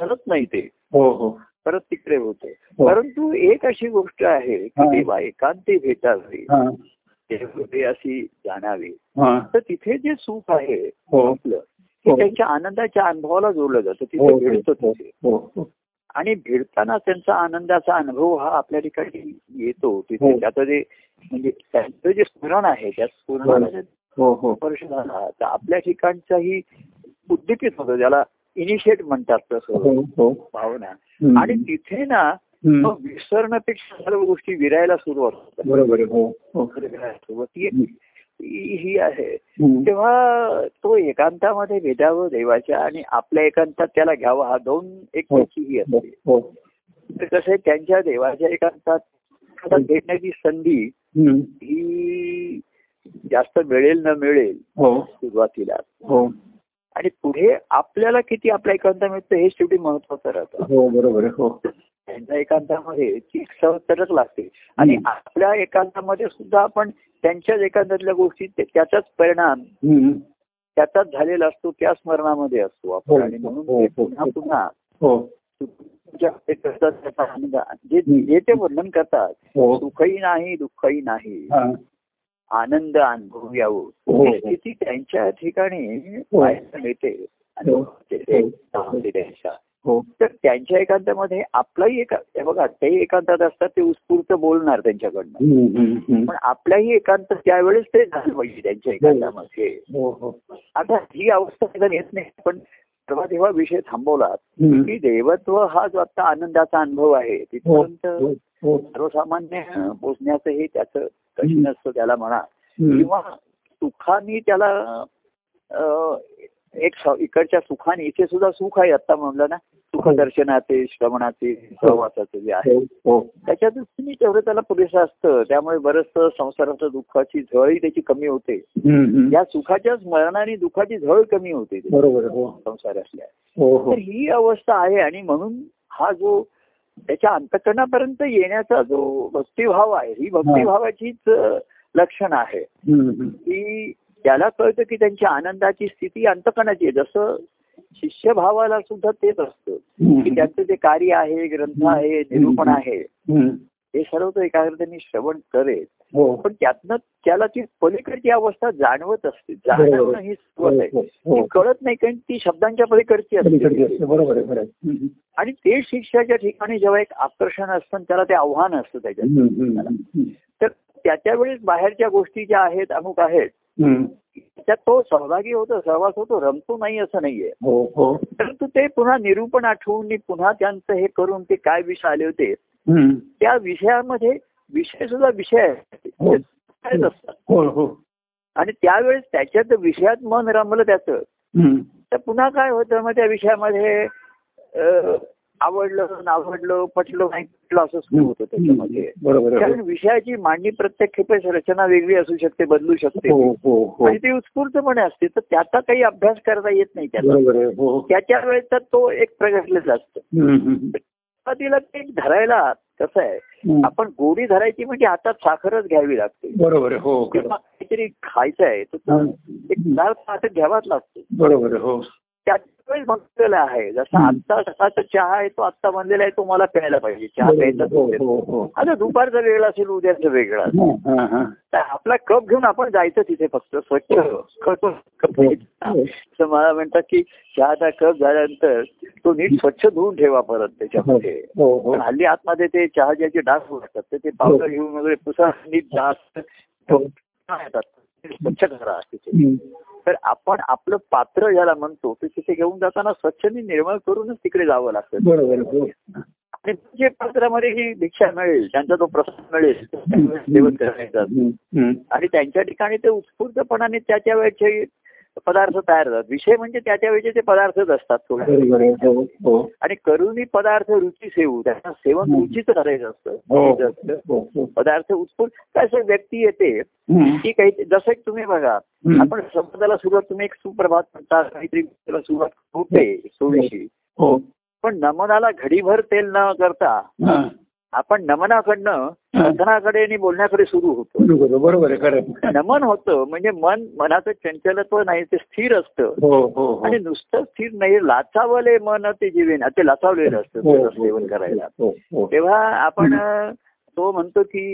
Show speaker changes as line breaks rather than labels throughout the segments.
करत नाही ते
हो हो
परत तिकडे होते
हो.
परंतु एक अशी गोष्ट आहे की
हा.
तेव्हा एकांती भेटावी
हा
ते हृदयाशी जाणावी
हा
तर तिथे जे सुख आहे
हो
आपलं ते
हो.
त्यांच्या आनंदाच्या अनुभवाला जोडलं जातं
हो,
तिथे
हो,
भिडतं
हो,
तिथे
हो, हो.
आणि भिडताना त्यांचा आनंदाचा अनुभव हा आपल्या ठिकाणी येतो तिथे
हो.
त्याचं जे म्हणजे त्यांचं जे स्मरण आहे त्या स्मरणाला जे
हो, हो.
स्पर्श झाला तर आपल्या ठिकाणचाही उद्दीपित होतो ज्याला इनिशिएट म्हणतात तसं
हो, हो.
भावना
हम्म.
आणि तिथे ना
हम्म.
मग विसरण्यापेक्षा सर्व गोष्टी विरायला सुरुवात होतात
बरोबर आहे. हो हो
विरायला सुरुवात. ती एक-
हम्म.
ही ही आहे
हम्म.
तेव्हा तो एकांतामध्ये भेदावं देवाच्या आणि आपल्या एकांतात त्याला घ्यावा हा दोन एक
हो.
त्याची ही
हो,
असते
हो.
तर कसं आहे, त्यांच्या देवाच्या एकांतात
हो.
एकांतात भेटण्याची संधी
हम्म.
ही जास्त मिळेल न मिळेल
हो,
सुरुवातीला
हो.
आणि पुढे आपल्याला किती आपल्या एकांता मिळतं हे शेवटी महत्वाचं राहतं
हो, बरोबर आहे. हो.
त्यांच्या एकांतामध्ये ती एक सहसरक लागते आणि
हम्म.
आपल्या एकांतामध्ये सुद्धा आपण त्यांच्याच एकांतातल्या गोष्टी ते- त्याचाच परिणाम
हम्म.
त्याचाच झालेला असतो त्या स्मरणामध्ये असतो
हो,
आपण आणि म्हणून
हो,
ते
हो.
पुन्हा पुन्हा
हो,
तुमच्या ते करतात त्याचा आनंद जे जे ते वर्णन करतात
हो.
सुखही नाही दुःखही नाही
हा.
आनंद अनुभव यावं
हो, हो.
ही स्थिती त्यांच्या ठिकाणी
हो.
पाहायला मिळते अनुभवायला मिळते.
हो.
चांगली त्यांच्या.
हो.
तर त्यांच्या एकांतामध्ये आपलाही एका हे बघा तेही एकांतात असतात ते उत्स्फूर्त बोलणार त्यांच्याकडनं
हम्म, हम्म, हम्म.
पण आपल्याही एकांत त्यावेळेस ते झालं पाहिजे त्यांच्या एकांतामध्ये
हो, हो.
आता ही अवस्था कधी येत नाही पण तेव्हा तेव्हा विषय थांबवला
हम्म.
की देवत्व हा जो आता आनंदाचा अनुभव आहे तिथपर्यंत
हो, हो.
सर्वसामान्य पोचण्याचं हे त्याचं कठीण
हम्म.
असतं त्याला म्हणा
हम्म.
किंवा सुखाने त्याला अं, एक स- इकडच्या सुखाने इथे सुद्धा सुख आहे आता म्हणलं ना सुखदर्शनाचे श्रवणाचे सहवासाचे जे आहे
हो, हो.
त्याच्या दृष्टीने तेवढं त्याला पुरेसं असतं त्यामुळे बरंच संसाराच्या दुःखाची झळही त्याची कमी होते
हम्म, हम्म.
या सुखाच्या स्मरणाने दुःखाची झळ कमी होते त्याच्या
बरोबर आहे. हो.
संसारातल्या
हो, हो.
तर ही अवस्था आहे आणि म्हणून हा जो त्याच्या अंतकरणापर्यंत येण्याचा जो भक्तिभाव आहे ही भक्तिभावाचीच अ, लक्षण आहे
हम्म, हम्म.
की त्याला कळतं की त्यांच्या आनंदाची स्थिती अंतकरणाची आहे जसं शिष्यभावाला सुद्धा तेच असतं की
हम्म.
त्यांचं जे कार्य आहे ग्रंथ आहे निरूपण आहे
हम्म.
हे सर्व तो एकाग्रतेने श्रवण करेल
हो.
पण त्यातनं त्याला ती पलीकडची अवस्था जाणवत असते जाणवणं ही सुरुवात आहे
हो, हो.
ती कळत नाही कारण ती शब्दांच्या पलीकडची
पलीकडची
असते
असते. बरोबर आहे, बरोबर आहे. हम्म,
आणि ते शिक्षाच्या ठिकाणी जेव्हा एक आकर्षण असतं आणि त्याला ते आव्हान असतं त्याच्यात
हम्म, हम्म, हम्म.
तर त्याच्या वेळेस बाहेरच्या गोष्टी ज्या आहेत अमुक आहेत
हम्म.
त्याच्यात तो सहभागी होतो सहवास होतो रमतो नाही असं नाहीये
हो, हो.
परंतु ते पुन्हा निरूपण आठवून आणि पुन्हा त्यांचं हे करून ते काय विषय आले होते
हम्म.
त्या विषयामध्ये विषय सुद्धा विषय आहे.
हो.
विषयच असतात
हो, हो.
आणि त्यावेळेस त्याच्यात विषयात मन रमलं त्याचं
हम्म.
तर पुन्हा काय होतं मग त्या विषयामध्ये अ, आवडलं नावडलं पटलं नाही पटलं असं सुरू होतं त्याच्यामध्ये
बरोबर आहे.
कारण विषयाची मांडणी प्रत्येक खेपेस रचना वेगळी असू शकते बदलू शकते
हो, हो, हो.
आणि ती उत्स्फूर्तपणे असते तर त्याचा काही अभ्यास करता येत नाही त्याचा
बरोबर आहे. हो.
त्याच्या वेळेचा तो एक प्रगटलेला असतो
हम्म, हम्म.
तर तिला ते धरायला कसं आहे
हम्म.
आपण गोडी धरायची म्हणजे हातात साखरच घ्यावी लागते
बरोबर आहे. हो,
किंवा
खरं.
काहीतरी खायचं आहे तर तो एक
हम्म.
पदार्थ हातात घ्यावाच लागतो
बरोबर आहे. हो.
त्यावेळेस म्हटलेलं आहे जसं
हम्म.
आत्ता सकाळचा चहा आहे तो आत्ता बनलेला आहे तो मला प्यायला पाहिजे चहा प्यायचा
हो,
असेल.
हो, हो.
आता दुपारचा वेळ असेल उद्याचा वेगळा असेल.
हा, हा, हा.
तर आपला कप घेऊन आपण जायचं तिथे फक्त स्वच्छ
हो.
कप- कप घ्यायचा. तर मला म्हणतात की चहाचा कप झाल्यानंतर तो नीट स्वच्छ धुवून ठेवा परत त्याच्यामध्ये
हो, हो.
पण हल्ली आतमध्ये ते चहा ज्याचे डास असतात तर ते पावडर घेऊन वगैरे पुसा नीट डास येतात. ते स्वच्छ करा तिथे
हम्म.
तर आपण आपलं पात्र ज्याला म्हणतो ते तिथे घेऊन जाताना स्वच्छ आणि निर्मळ करूनच तिकडे जावं लागतं
बरोबर आहे. हो.
आणि जे पात्रामध्ये ही भिक्षा मिळेल त्यांचा तो प्रसाद मिळेल त्यावेळेस सेवन करायचा
हम्म, हम्म.
आणि त्यांच्या ठिकाणी ते उत्स्फूर्तपणाने त्याच्या वेळचे पदार्थ तयार होतात विषय म्हणजे त्याच्या वेळचे ते पदार्थच असतात थोडे
बरोबर आहे. हो, हो.
आणि करुणी पदार्थ रुची सेवू त्यांना सेवन
हं.
रुचीच करायचं
हो,
असतं
हो, हो, हो.
पदार्थ उत्स्फूर्त काय असं व्यक्ती येते
हम्म.
की काही जसं एक तुम्ही बघा
हम्म.
आपण संवादाला सुरुवात तुम्ही एक सुप्रभात म्हणता काहीतरी त्याला सुरुवात होते सोयीशी
हो.
पण नमनाला घडीभर तेल न करता
हा.
आपण नमनाकडनं साधनाकडे आणि बोलण्याकडे सुरू होतो
बरोबर बरोबर आहे खरं
नमन होतं म्हणजे मन मनाचं चंचलत्व नाही ते स्थिर असतं
हो हो हो
आणि नुसतं स्थिर नाही लाचावले मन ते जीवन ते लाचावलेलं असतं
हो,
त्याचं
हो,
सेवन करायला
हो, हो.
तेव्हा आपण अं, तो म्हणतो की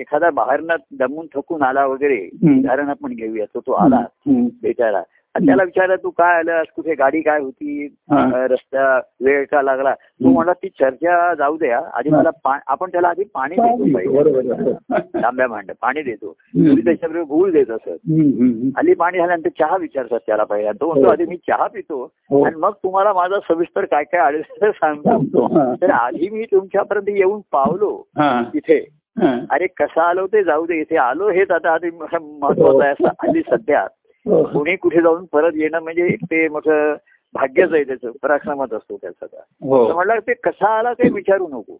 एखादा बाहेरनं दमून थकून आला वगैरे
हम्म.
उदाहरण आपण घेऊया तो तो आला
हम्म.
बेचारा आणि त्याला विचारलं तू काय आलास कुठे गाडी काय होती
हा.
अं, रस्ता वेळ का लागला तो
हम्म.
म्हणला ती चर्चा जाऊ द्या आधी
हा.
मला पा- आपण त्याला आधी पाणी देतो पहिले
बरोबर आहे.
तांब्या भांड पाणी देतो
हम्म.
पूर्वी त्याच्याबरोबर गुळ देत असत
हम्म, हम्म, हम्म.
हल्ली पाणी झाल्यानंतर चहा विचारतात त्याला पहिला तो म्हणतो
हो.
आधी मी चहा पितो
हो.
आणि मग तुम्हाला माझा सविस्तर काय काय अडचण आहे ते सांगतो
सांगतो. हा.
तर आधी मी तुमच्यापर्यंत येऊन पावलो
हा.
इथे
हा.
अरे कसं आलो ते जाऊ दे इथे आलो हेच आता आधी महत्वाचं आहे असं हल्ली सध्या
हो.
पुणे कुठे जाऊन परत येणं म्हणजे एक ते मोठं भाग्यच आहे त्याचं पराक्रमात असतो त्याचा त्या.
हो.
तर म्हणलं ते कसा आला काही विचारू नको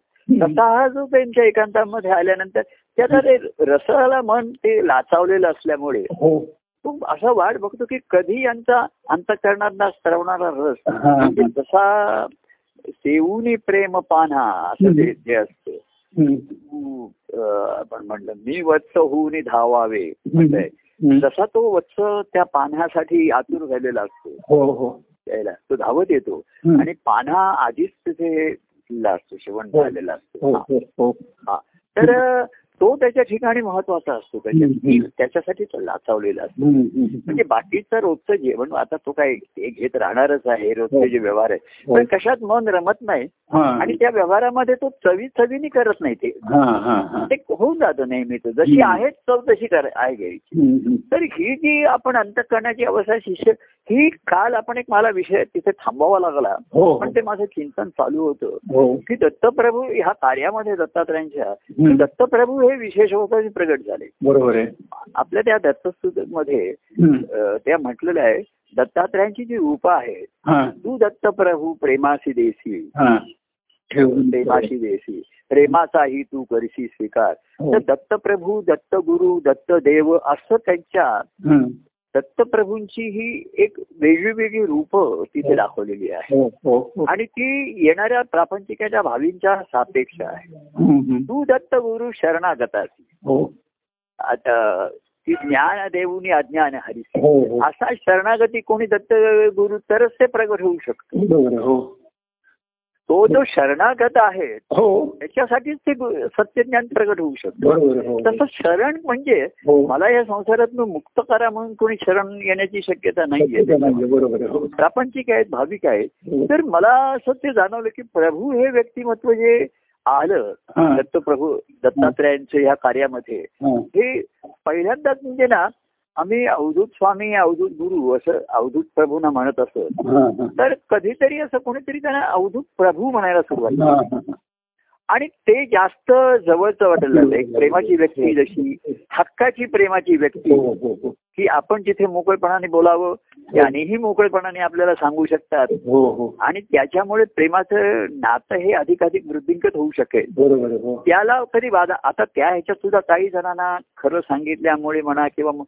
कसा हा जो त्यांच्या एकांतामध्ये आल्यानंतर त्याचा ते रसाला मन ते लाचावलेलं असल्यामुळे
हो.
तो असा वाट बघतो की कधी यांचा अंतकरणात स्रवणारा रस
हा.
म्हणजे जसा सेऊनी प्रेम पान्हा असं ते जे असतं
हम्म.
तू, अं, आपण म्हणलं मी वत्स होऊन धावावे
हम्म.
म्हणलंय.
हम्म.
जसा तो वत्स त्या पान्हासाठी आतुर झालेला असतो
हो हो
त्याला तो धावत येतो
हम्म.
आणि पान्हा आधीच तिथे ला असतो शिवण
हो.
झालेला असतो
हो
हा.
हो हो
हा. तर अं, तो त्याच्या ठिकाणी महत्वाचा असतो त्याच्या
हम्म, हम्म.
त्याच्यासाठी तो लाचावलेला असतो
हम्म, हम्म, हम्म.
म्हणजे बाकीचं रोजचं जेवण आता तो काय ते घेत राहणारच आहे
हो.
रोजचे जे व्यवहार आहे
हो.
पण कशात मन रमत नाही
हा.
आणि त्या व्यवहारामध्ये तो चवी चवीनी करत नाही ते
हा, हा, हा.
ते होऊन जातं नेहमीच जशी
हम्म.
आहे चव तशी कर आहे घ्यायची
हम्म, हम्म.
तर ही जी आपण अंतकरणाची अवस्था शिष्य ही काल आपण एक मला विषय तिथे थांबावा लागला
हो
पण ते माझं चिंतन चालू होतं
हो
की दत्तप्रभू ह्या कार्यामध्ये दत्तात्रयांच्या
हम्म.
दत्तप्रभू हे विशेष होता प्रगट झाले
बरोबर आहे
आपल्या त्या दत्तस्तुत मध्ये
हम्म.
त्या म्हटलेलं आहे दत्तात्रयांची जी रूप आहे
हा,
तू दत्तप्रभू प्रेमासी देसी
हा. ठेवून
प्रेमाशी देसी प्रेमाचाही तू करशी स्वीकार
हो.
तर दत्तप्रभू दत्तगुरु दत्तदेव असं त्यांच्या
हम्म.
दत्तप्रभूंची ही एक वेगळी वेगळी रूपं तिथे
हो.
दाखवलेली आहे
हो हो हो.
आणि ती येणाऱ्या प्रापंचिकाच्या भावींच्या सापेक्ष आहे
हम्म, हम्म.
तू दत्तगुरु शरणागतासी
हो
आता ती ज्ञान देऊनी अज्ञान हरिसी
हो हो
असा शरणागती कोणी दत्त गुरु तरच ते प्रगट होऊ शकतो
बरोबर आहे. हो
तो जो शरणागत आहे
हो
त्याच्यासाठीच ते गु- सत्यज्ञान प्रगट होऊ शकतो
बरोबर आहे. हो
तसं शरण म्हणजे
हो
मला या संसारातून मुक्त करा म्हणून कोणी शरण येण्याची शक्यता नाहीये
शक्यता नाहीये. बरोबर आहे. हो
प्रापंचिक आहेत भाविक आहेत
हो.
तर मला असं ते जाणवलं की प्रभू हे व्यक्तिमत्व जे आलं
हा,
दत्तप्रभू दत्तात्रयांच्या ह्या कार्यामध्ये
हा.
हे पहिल्यांदाच म्हणजे ना आम्ही अवधूत स्वामी अवधूत गुरु असं अवधूत प्रभूंना म्हणत असत
हा, हा.
तर कधीतरी असं कोणीतरी त्यांना अवधूत प्रभू म्हणायला सुरुवात केली.
हा, हा.
आणि ते जास्त जवळचं वाटायला लागलं एक प्रेमाची व्यक्ती जशी हक्काची प्रेमाची
हो
व्यक्ती
हो हो
की आपण जिथे मोकळेपणाने बोलावं त्यानेही मोकळेपणाने आपल्याला सांगू शकतात
हो हो
आणि त्याच्यामुळे प्रेमाचं नातं हे अधिकाधिक वृद्धिंगत होऊ शकेल
बरोबर आहे. हो
त्याला कधी बाधा आता त्या ह्याच्यात सुद्धा काही जणांना खरं सांगितल्यामुळे म्हणा किंवा मग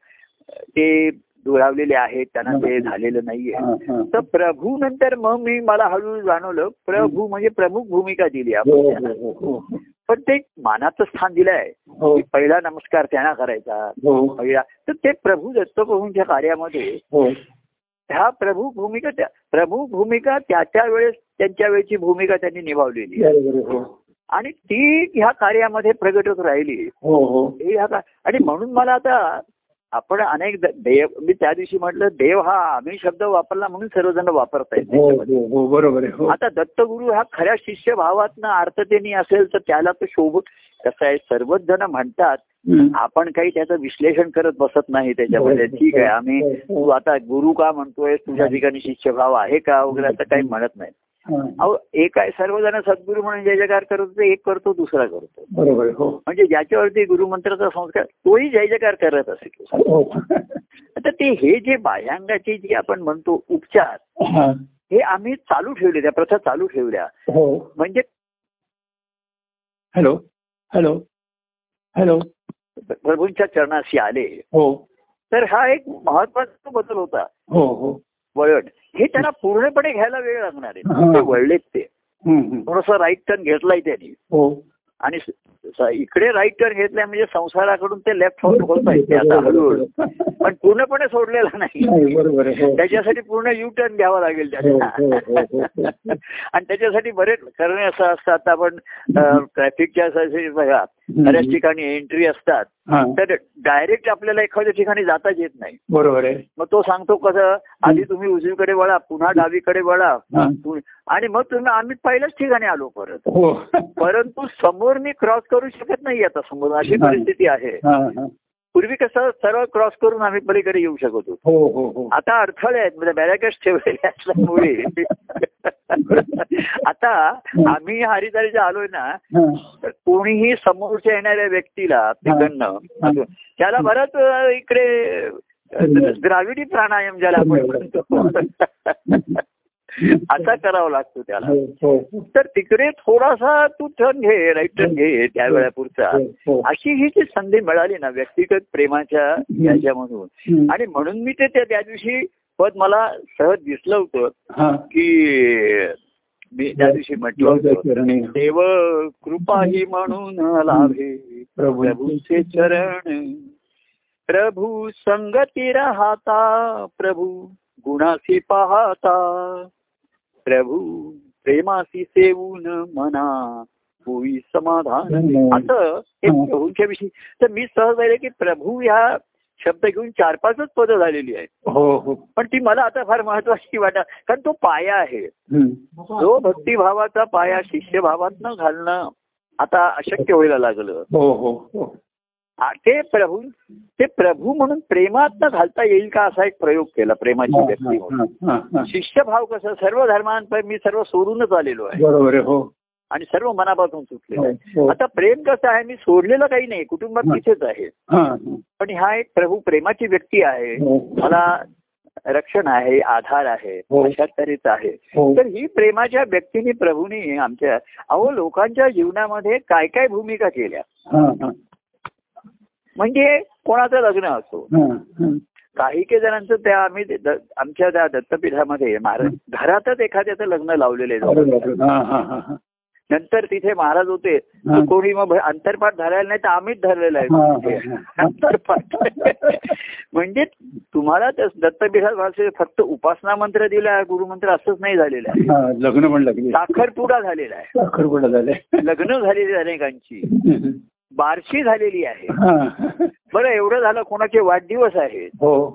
ते दुरावलेले आहेत त्यांना ते झालेलं नाहीये
हा, हा.
तर प्रभू नंतर मग मी मला हळूहळू जाणवलं प्रभू म्हणजे प्रमुख भूमिका दिली
हो
आपण त्याला.
हो हो हो.
पण ते मानाचं स्थान दिलंय
हो
की पहिला नमस्कार त्यांना करायचा
हो
पहिला तर ते प्रभू दत्तप्रभूंच्या कार्यामध्ये
हो
ह्या प्रभू भूमिका त्या प्रभू भूमिका त्या त्या वेळेस त्यांच्या वेळची भूमिका त्यांनी निभावलेली आहे.
बरोबर आहे. हो
आणि ती ह्या कार्यामध्ये प्रगट होत राहिली
हो हो
हे आता आणि म्हणून मला आता आपण अनेक द- देव मी त्या दिवशी म्हटलं देव हा आम्ही शब्द वापरला म्हणून सर्वजण वापरतायत
हो
त्याच्यामध्ये.
हो हो बरोबर आहे हो
आता दत्तगुरु हा खऱ्या शिष्यभावातनं अर्थतेनी असेल तर त्याला तो शोभ कसं आहे सर्वच जण म्हणतात
हम्म.
आपण काही त्याचं विश्लेषण करत बसत नाही त्याच्यामध्ये
हो, हो,
ठीक आहे
हो,
आम्ही
हो, हो.
तू आता गुरु का म्हणतोय तुझ्या ठिकाणी शिष्यभाव आहे का वगैरे असं काही म्हणत नाही
हो. हा.
अहो एक आहे सर्वजण सद्गुरू म्हणून जय जयकार करत होते, एक करतो दुसरा करतो
बरोबर आहे. हो
म्हणजे ज्याच्यावरती गुरुमंत्राचा संस्कार तोही जय जयकार करत असेल
हो
आता ते हे जे बाह्यांगाचे जे आपण म्हणतो उपचार
हा.
हे आम्ही चालू ठेवले त्या प्रथा चालू ठेवल्या
हो
म्हणजे
हॅलो हॅलो हॅलो
प्रभूंच्या चरणाशी आले
हो
तर हा एक महत्वाचा बदल होता
हो हो
वळण हे त्यांना पूर्णपणे घ्यायला वेळ लागणार आहे
हा.
ते वळलेत ते
हम्म, हम्म.
थोडासा राईट टर्न घेतलाय त्यांनी
हो
आणि स- इकडे राईट टर्न घेतलाय म्हणजे संसाराकडून ते लेफ्ट होत होत आहे ते आता हळूहळू पण पूर्णपणे सोडलेला नाही
नाही, बरोबर आहे हो.
त्याच्यासाठी पूर्ण यू टर्न घ्यावा लागेल
हो,
त्याला
हो, हो, हो, हो.
आणि त्याच्यासाठी बरेच करणे असं असतं आता आपण ट्रॅफिकच्या असं बघा बऱ्याच ठिकाणी एंट्री असतात
हा,
तर डायरेक्ट आपल्याला एखाद्या ठिकाणी जाताच येत नाही
बरोबर आहे
मग तो सांगतो कसं आधी तुम्ही उजवीकडे वळा पुन्हा डावीकडे वळा
हा.
पु- आणि मग तुम्ही आम्ही पहिल्याच ठिकाणी आलो परत
हो
परंतु समोर मी क्रॉस करू शकत नाही आता समोर अशी
हा.
परिस्थिती आहे
हा, हा.
पूर्वी कसं सरळ क्रॉस करून आम्ही पलीकडे येऊ शकत होतो
हो हो हो
आता अडथळे आहेत म्हणजे बॅरॅकेट ठेवलेले असल्यामुळे आता आम्ही हरिदारीच्या आलोय ना
हा.
तर कोणीही समोरच्या येणाऱ्या व्यक्तीला
हा.
तिकडनं त्याला बरंच अ, इकडे द्राविडी प्राणायाम ज्याला आपण म्हणतो असा करावा लागतो त्याला
हो, हो, हो.
तर तिकडे थोडासा तू टर्न घे राईट टर्न घे त्यावेळेपुरचा
हो, हो.
अशी ही जी संधी मिळाली ना व्यक्तिगत प्रेमाच्या याच्यामधून
हम्म.
आणि म्हणून मी ते त्या त्या दिवशी पद मला सहज दिसलं होतं
हा.
की मी त्या दिवशी म्हटलं होतं
चरणी
देव कृपा ही म्हणून लाभे
प्रभूंचे
प्रभूचे चरण प्रभू संगती राहता प्रभू गुणासी पाहता प्रभू प्रेमासी सेवून मना होई समाधान असं हे
हं.
प्रभूंच्या विषयी तर मी सहज आहे की प्रभू ह्या शब्द घेऊन चार पाचच पदं झालेली आहेत
हो हो
पण ती मला आता फार महत्वाची वाटत कारण तो पाया आहे
हम्म.
जो भक्तिभावाचा पाया शिष्यभावात न घालणं आता अशक्य व्हायला लागलं
हो हो हो
आ- ते प्रभू ते प्रभू म्हणून प्रेमात न घालता येईल का असा एक प्रयोग केला प्रेमाची व्यक्ती म्हणून
हा, हा, हा.
शिष्यभाव कसं सर्व धर्मांपै मी सर्व सोडूनच आलेलो आहे
बरोबर आहे हो
आणि सर्व मनापासून सुटलेलो
हो,
आहे
हो.
आता प्रेम कसं आहे मी सोडलेलं काही नाही कुटुंबात
हं.
तिथेच आहे
हा, हा.
पण हा एक प्रभू प्रेमाची व्यक्ती आहे
हो.
मला रक्षण आहे आधार आहे
हो.
अशा तऱ्हेच आहे
हो.
तर ही प्रेमाच्या व्यक्तीने प्रभूने आमच्या अहो लोकांच्या जीवनामध्ये काय काय भूमिका केल्या
हा, हा.
म्हणजे कोणाचं लग्न असो
हा, हा.
काही काही जणांचं त्या आम्ही ते द- आमच्या त्या दत्तपीठामध्ये महाराज घरातच एखाद्याचं लग्न लावलेले
बरोबर आहे. हा, हा, हा, हा.
नंतर तिथे महाराज होते तर
हा.
कोणी मग अंतरपाठ धरायला नाही तर आम्हीच धरलेलं
हा,
आहे
हा, हा.
अंतरपाठ म्हणजे तुम्हाला त्या दत्तपीठात वाचले फक्त उपासना मंत्र दिला गुरुमंत्र असंच नाही झालेलं आहे
हा, लग्न पण लागले
साखरपुडा झालेला आहे
साखरपुडा झाले
लग्न झालेली आहे अनेकांची बारशी झालेली आहे
हा.
बरं एवढं झालं कोणाचे वाढदिवस आहेत
हो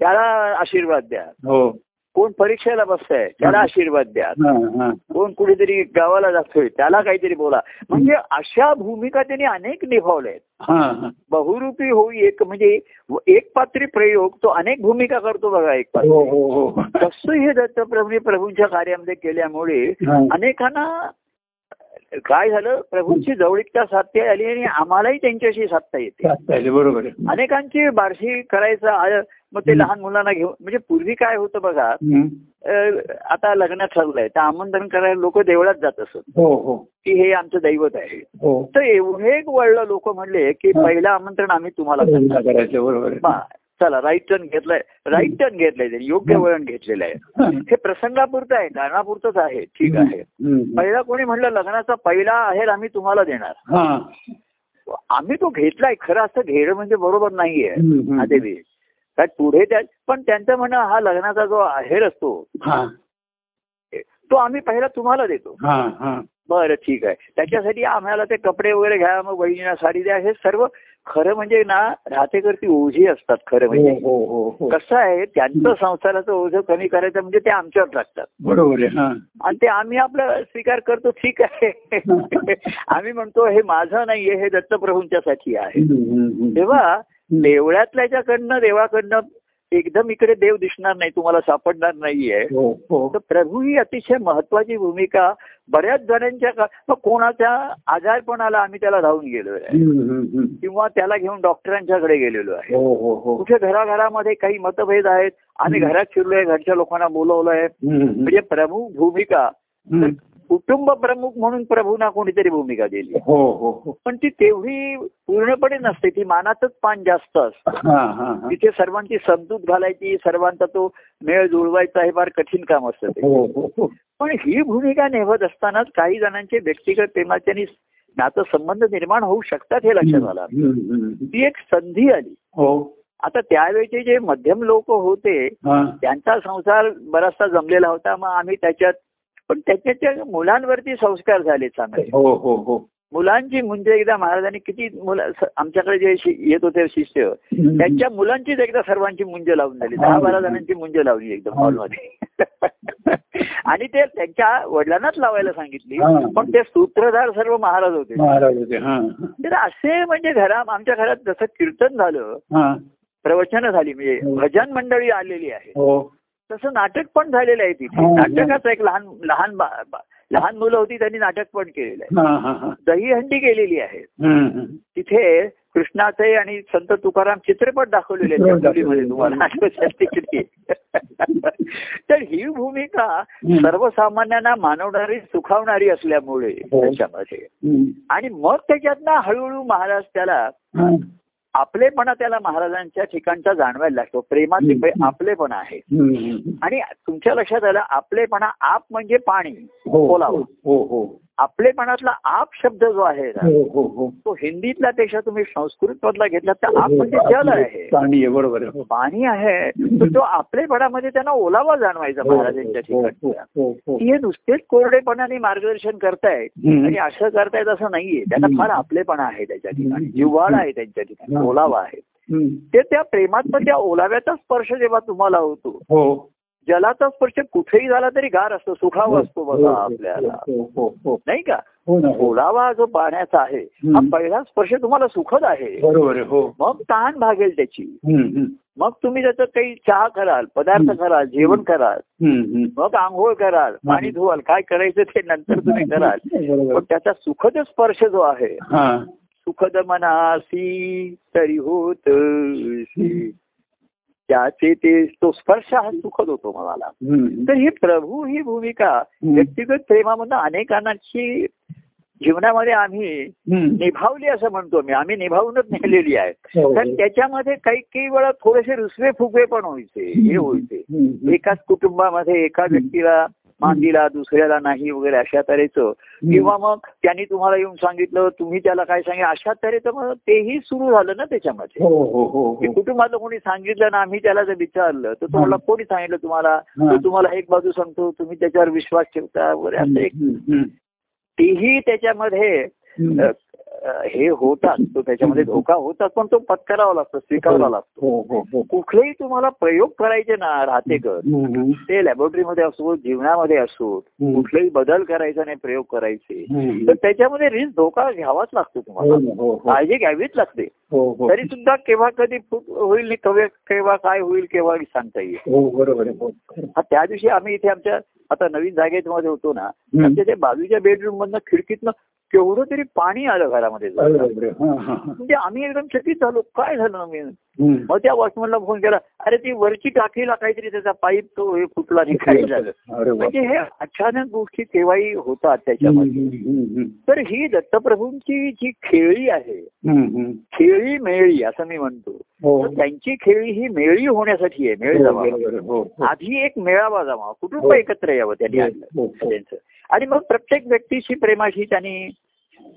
त्याला आशीर्वाद द्या
हो
कोण परीक्षेला बसताय त्याला आशीर्वाद द्या
हा, हा.
कोण कुठेतरी गावाला जातोय त्याला काहीतरी बोला म्हणजे अशा भूमिका त्यांनी अनेक निभावल्या आहेत
हा, हा.
बहुरूपी होई एक म्हणजे एक पात्री प्रयोग तो अनेक भूमिका करतो बघा एक पात्री
हो हो हो
तसं हे दत्तप्रभूने प्रभूंच्या कार्यामध्ये केल्यामुळे
हा.
अनेकांना काय झालं प्रभूंची जवळीकता साधता आली आणि आम्हालाही त्यांच्याशी साधता येते
त्यात पाहिले, बरोबर आहे
अनेकांची बारशी करायचं आलं, मग ते
हं.
लहान मुलांना घेऊन म्हणजे पूर्वी काय होतं बघा
हम्म.
अं, आता लग्न ठरलंय तर आमंत्रण करायला लोक देवळात जात असत
हो हो
की हे आमचं दैवत आहे
हो
तर एवढे वळलं लोक म्हणले की
हं.
पहिलं आमंत्रण आम्ही तुम्हाला करणार.
लग्न करायचं बरोबर आहे
बा, चला राईट टर्न घेतलाय राईट टर्न घेतलंय त्यांनी, योग्य
हं.
वळण घेतलेलं आहे
हा.
हे प्रसंगापुरतं आहे कारणापुरतंच आहे ठीक आहे
हम्म.
पहिला कोणी म्हणलं लग्नाचा पहिला आहेर आम्ही तुम्हाला देणार
हा.
आम्ही तो घेतलाय खरं असं घेणं म्हणजे बरोबर नाहीये
हम्म, हम्म.
हा देवी कारण पुढे त्या पण त्यांचं म्हणणं हा लग्नाचा जो आहेर असतो
हा
तो आम्ही पहिला तुम्हाला देतो
हा हा
बरं ठीक आहे त्याच्यासाठी आम्हाला ते कपडे वगैरे घ्या मग बहिणीला साडी द्या हे सर्व खरं म्हणजे ना राहतेकरती ओझी असतात खरं
हो
म्हणजे
हो हो हो
कसं आहे त्यांचं संसाराचं ओझं कमी करायचं म्हणजे ते आमच्यावर लागतात
बरोबर आहे हा
आणि ते आम्ही आपला स्वीकार करतो ठीक आहे आम्ही म्हणतो हे माझं नाहीये हे दत्तप्रभूंच्यासाठी आहे
हम्म, हम्म, हम्म.
तेव्हा देवळातल्याच्याकडनं देवाकडनं एकदम इकडे देव दिसणार नाही तुम्हाला सापडणार नाहीये
हो हो
तर प्रभू ही अतिशय महत्वाची भूमिका बऱ्याच जणांच्या का- मग कोणाच्या आजारपणाला आम्ही त्याला धावून गेलोय
हम्म, हम्म, हम्म.
किंवा त्याला घेऊन डॉक्टरांच्याकडे गेलेलो आहे
हो हो हो
कुठे घराघरामध्ये काही मतभेद आहेत आम्ही
हम्म.
घरात शिरलोय घरच्या लोकांना बोलवलंय
हम्म, हम्म.
म्हणजे प्रमुख भूमिका
हम्म.
कुटुंब प्रमुख म्हणून प्रभूना कोणीतरी भूमिका दिली
हो हो हो
पण ती तेवढी पूर्णपणे नसते ती मानातच पान जास्त असतं
हा हा हा
तिथे सर्वांची समजूत घालायची सर्वांचा तो मेळ जुळवायचा हे फार कठीण काम असतं ते
हो हो हो
पण ही भूमिका निभत असतानाच काही जणांचे व्यक्तिगत प्रेमाचे आणि नातं संबंध निर्माण होऊ शकतात हे लक्षात आलं
हम्म, हम्म, हम्म.
ती एक संधी आली
हो
आता त्यावेळचे जे मध्यम लोक होते
हा
त्यांचा संसार बराचसा जमलेला होता मग आम्ही त्याच्यात पण त्याच्याच्या मुलांवरती संस्कार झाले चांगले
हो हो हो
मुलांची म्हणजे एकदा महाराजांनी किती मुलं स- आमच्याकडे जे शि- येत होते शिष्य
हम्म,
त्यांच्या मुलांचीच एकदा सर्वांची मुंज लावून झाली दहा बारा जणांची मुंज लावली एकदम हॉलमध्ये आणि ते त्यांच्या वडिलांनाच लावायला सांगितली
हा.
पण ते सूत्रधार सर्व महाराज
हम्म.
होते
महाराज होते हा
तर असे म्हणजे घरा आमच्या घरात जसं कीर्तन झालं
हा
प्रवचन झाली म्हणजे
हो.
भजन मंडळी आलेली आहे
हो
तसं नाटक पण झालेलं आहे तिथे
हो, हो.
नाटकाचं एक लहान लहान बा- बा- लहान मुलं होती त्यांनी नाटक पण केलेलं आहे
हा हा हा
दहीहंडी केलेली आहे
हम्म, हम्म.
तिथे कृष्णाचे आणि संत तुकाराम चित्रपट दाखवलेले आहेत त्या
चित्रपट दाखवलेले.
मुलीमध्ये तुम्हाला आठवत असतील की नाही. तर ही भूमिका
हम्म.
सर्वसामान्यांना मानवणारी सुखावणारी असल्यामुळे
हो.
त्याच्यामध्ये
हम्म.
आणि मग त्याच्यातनं हळूहळू महाराज त्याला
हा.
आपलेपणा त्याला महाराजांच्या ठिकाणचा जाणवायला लागतो प्रेमाचे
हम्म.
आपलेपणा आहे
हम्म, हम्म.
आणि तुमच्या लक्षात आलं आपलेपणा आप म्हणजे पाणी
हो
बोलावं.
हो हो
आपलेपणातला आप शब्द जो आहे ना
हो हो हो
तो हिंदीतला पेक्षा तुम्ही संस्कृत मधला घेतला तर आप म्हणजे जल आहे
प्राणी आहे, बरोबर आहे. हो.
पाणी आहे तर तो आपलेपणामध्ये त्यांना ओलावा जाणवायचा महाराजांच्या
हो, हो,
ठिकाणचा
हो, हो.
की हे नुसतेच कोरडेपणाने मार्गदर्शन करतायत
हम्म.
आणि असं करतायत असं नाहीये त्यांना फार आपलेपणा आहे त्याच्या ठिकाणी जिव्हाळा आहे त्यांच्या ठिकाणी ओलावा आहे
हम्म.
ते त्या प्रेमात पण त्या ओलाव्याचा स्पर्श जेव्हा तुम्हाला होतो
हो
जलाचा स्पर्श कुठेही झाला तरी गार असतो सुखावा असतो
हो,
बघा
हो,
आपल्याला
हो हो हो
नाही का
हो ना हो
ओलावा जो पाण्याचा आहे हा
हम्म.
पहिला स्पर्श तुम्हाला सुखद आहे
बरोबर आहे हो
मग तहान भागेल त्याची
हम्म, हम्म.
मग तुम्ही त्याचं काही चहा कराल पदार्थ
हम्म.
कराल जेवण कराल
हम्म, हम्म.
मग आंघोळ कराल पाणी धुवाल काय करायचं ते नंतर तुम्ही कराल
बरोबर
पण त्याचा सुखद स्पर्श जो आहे
हा
सुखद मनासी तरी होत त्याचे ते तो स्पर्श हा सुखद होतो मनाला
हम्म.
तर ही प्रभू ही भूमिका व्यक्तिगत प्रेमामधून अनेकांची जीवनामध्ये आम्ही
हम्म.
निभावली असं म्हणतो मी आम्ही निभावूनच नेलेली आहे
हो,
कारण
हो.
त्याच्यामध्ये काही काही वेळा थोडेसे रुसवे फुगवे पण व्हायचे हे व्हायचे
हम्म, हम्म.
एकाच कुटुंबामध्ये एका व्यक्तीला मान दिला दुसऱ्याला नाही वगैरे अशा तऱ्हेचं
हम्म.
किंवा मग त्यांनी तुम्हाला येऊन सांगितलं तुम्ही त्याला काय सांगितलं अशा तऱ्हेचं मग तेही सुरू झालं ना त्याच्यामध्ये
हो हो हो
की
हो
कुटुंबातलं कोणी सांगितलं ना आम्ही त्याला जर विचारलं तर
हा.
तुम्हाला कोणी सांगितलं तुम्हाला
हा.
तो तुम्हाला एक बाजू सांगतो तुम्ही त्याच्यावर विश्वास ठेवता वगैरे असं एक
हम्म, हम्म,
तेही त्याच्यामध्ये
हम्म.
अ, अ, हे होतात तो त्याच्यामध्ये धोका होतात पण तो पत्करावा लागतो स्वीकारावा लागतो
हो हो हो
कुठलेही तुम्हाला प्रयोग करायचे ना राहते कर
हम्म, हम्म.
ते लॅबोरेटरीमध्ये असो जीवनामध्ये असो
हम्म.
कुठलेही बदल करायचा नाही प्रयोग करायचे
हम्म.
तर त्याच्यामध्ये रिस्क धोका घ्यावाच लागतो
हो
तुम्हाला
ना, हो हो
काळजी घ्यावीच लागते
हो हो
तरी सुद्धा केव्हा कधी फूट होईल नि केव्हा केव्हा काय होईल केव्हा सांगता येईल
हो बरोबर आहे हो खरं.
हा त्या दिवशी आम्ही इथे आमच्या आता नवीन जागेत मध्ये होतो ना
हम्म.
आमच्या ते बाजूच्या बेडरूम मधनं खिडकीतनं केवढं तरी पाणी आलं घरामध्ये
बरोबर आहे. हा, हा, हा.
म्हणजे आम्ही एकदम चकित झालो काय झालं मी
हम्म.
मग त्या वॉचमनला फोन केला अरे ती वरची टाकीला काहीतरी त्याचा पाईप तो हे फुटला आणि काही झालं
अरे वा.
म्हणजे हे अचानक गोष्टी केव्हाही होतात
हम्म,
त्याच्यामध्ये
हम्म, हम्म,
तर ही दत्तप्रभूंची जी खेळी आहे
हम्म, हम्म.
खेळी मेळी असं मी म्हणतो
हो
तर त्यांची खेळी ही मेळी होण्यासाठी आहे मेळ
हो,
जमा
बरोबर आहे. हो हो.
आधी एक मेळावा जमा कुटुंब
हो.
एकत्र यावं त्यांनी आणलं
हो, हो.
त्यांचं आणि मग प्रत्येक व्यक्तीशी प्रेमाशी त्यांनी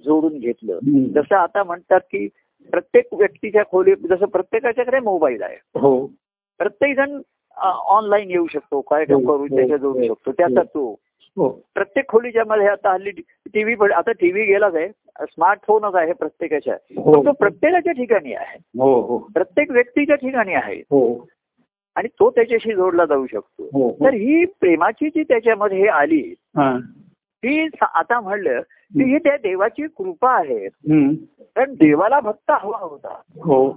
जोडून घेतलं
हम्म.
जसं आता म्हणतात की प्रत्येक व्यक्तीच्या खोलीत जसं प्रत्येकाच्याकडे मोबाईल आहे
हो
प्रत्येक जण ऑनलाईन येऊ शकतो कार्यक्रम
हो,
करून
हो,
त्याच्या जोडू
हो,
शकतो त्याचा तो
हो
प्रत्येक खोलीच्या मध्ये आता हल्ली टीव्ही पण आता टीव्ही गेलाच आहे स्मार्टफोनच आहे प्रत्येकाच्या
हो
पण तो प्रत्येकाच्या ठिकाणी आहे
हो हो
प्रत्येक व्यक्तीच्या ठिकाणी आहे
हो
आणि तो त्याच्याशी जोडला जाऊ शकतो
हो हो
तर ही प्रेमाची जी त्याच्यामध्ये आली
हा.
ती स- आता म्हणलं की ही त्या देवाची कृपा आहे
हम्म.
कारण देवाला भक्त हवा होता
हो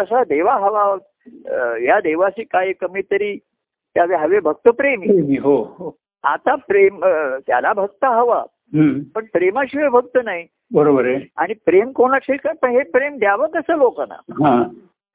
तसा देवा हवा अं, या देवाशी काय कमी तरी त्यावे हवे भक्त प्रेमी
प्रेमी, हो हो
आता प्रेम अं, त्याला भक्त हवा
हम्म.
पण प्रेमाशिवाय भक्त नाही
बरोबर आहे
आणि प्रेम कोणाशी का पण हे प्रेम द्यावं कसं लोकांना
हा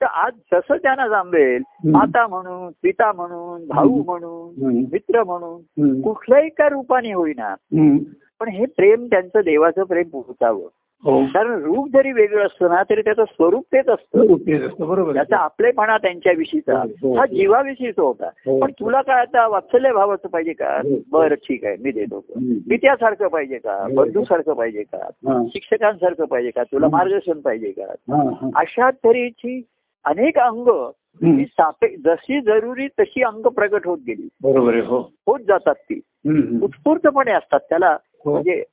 तर आज जसं त्यांना जांभेल
हम्म.
माता म्हणून पिता म्हणून भाऊ म्हणून
हम्म.
मित्र म्हणून
हम्म.
कुठल्याही का रूपाने होईना
हम्म.
पण हे प्रेम त्यांचं देवाचं प्रेम पोहोचावं
हो
कारण रूप जरी वेगळं असतं ना तरी त्याचं स्वरूप तेच असतं
उपयोग असतो बरोबर आहे.
त्याचा आपलेपणा त्यांच्याविषयीचा
हो.
हा जीवाविषयीचा होता
हो.
पण तुला काय आता वात्सल्य भावाचं पाहिजे का
हो.
बरं ठीक आहे मी देतो
हम्म.
पित्यासारखं पाहिजे का
हो.
बंधूसारखं पाहिजे का
हा,
शिक्षकांसारखं पाहिजे का तुला
हम्म.
मार्गदर्शन पाहिजे का
हा, हा.
अशा तऱ्हेची अनेक अंग
हम्म,
ही सापे जशी जरुरी तशी अंग प्रगट होत गेली
बरोबर आहे हो
होत जातात ती
हम्म, हम्म.
उत्स्फूर्तपणे असतात त्याला
हो.
म्हणजे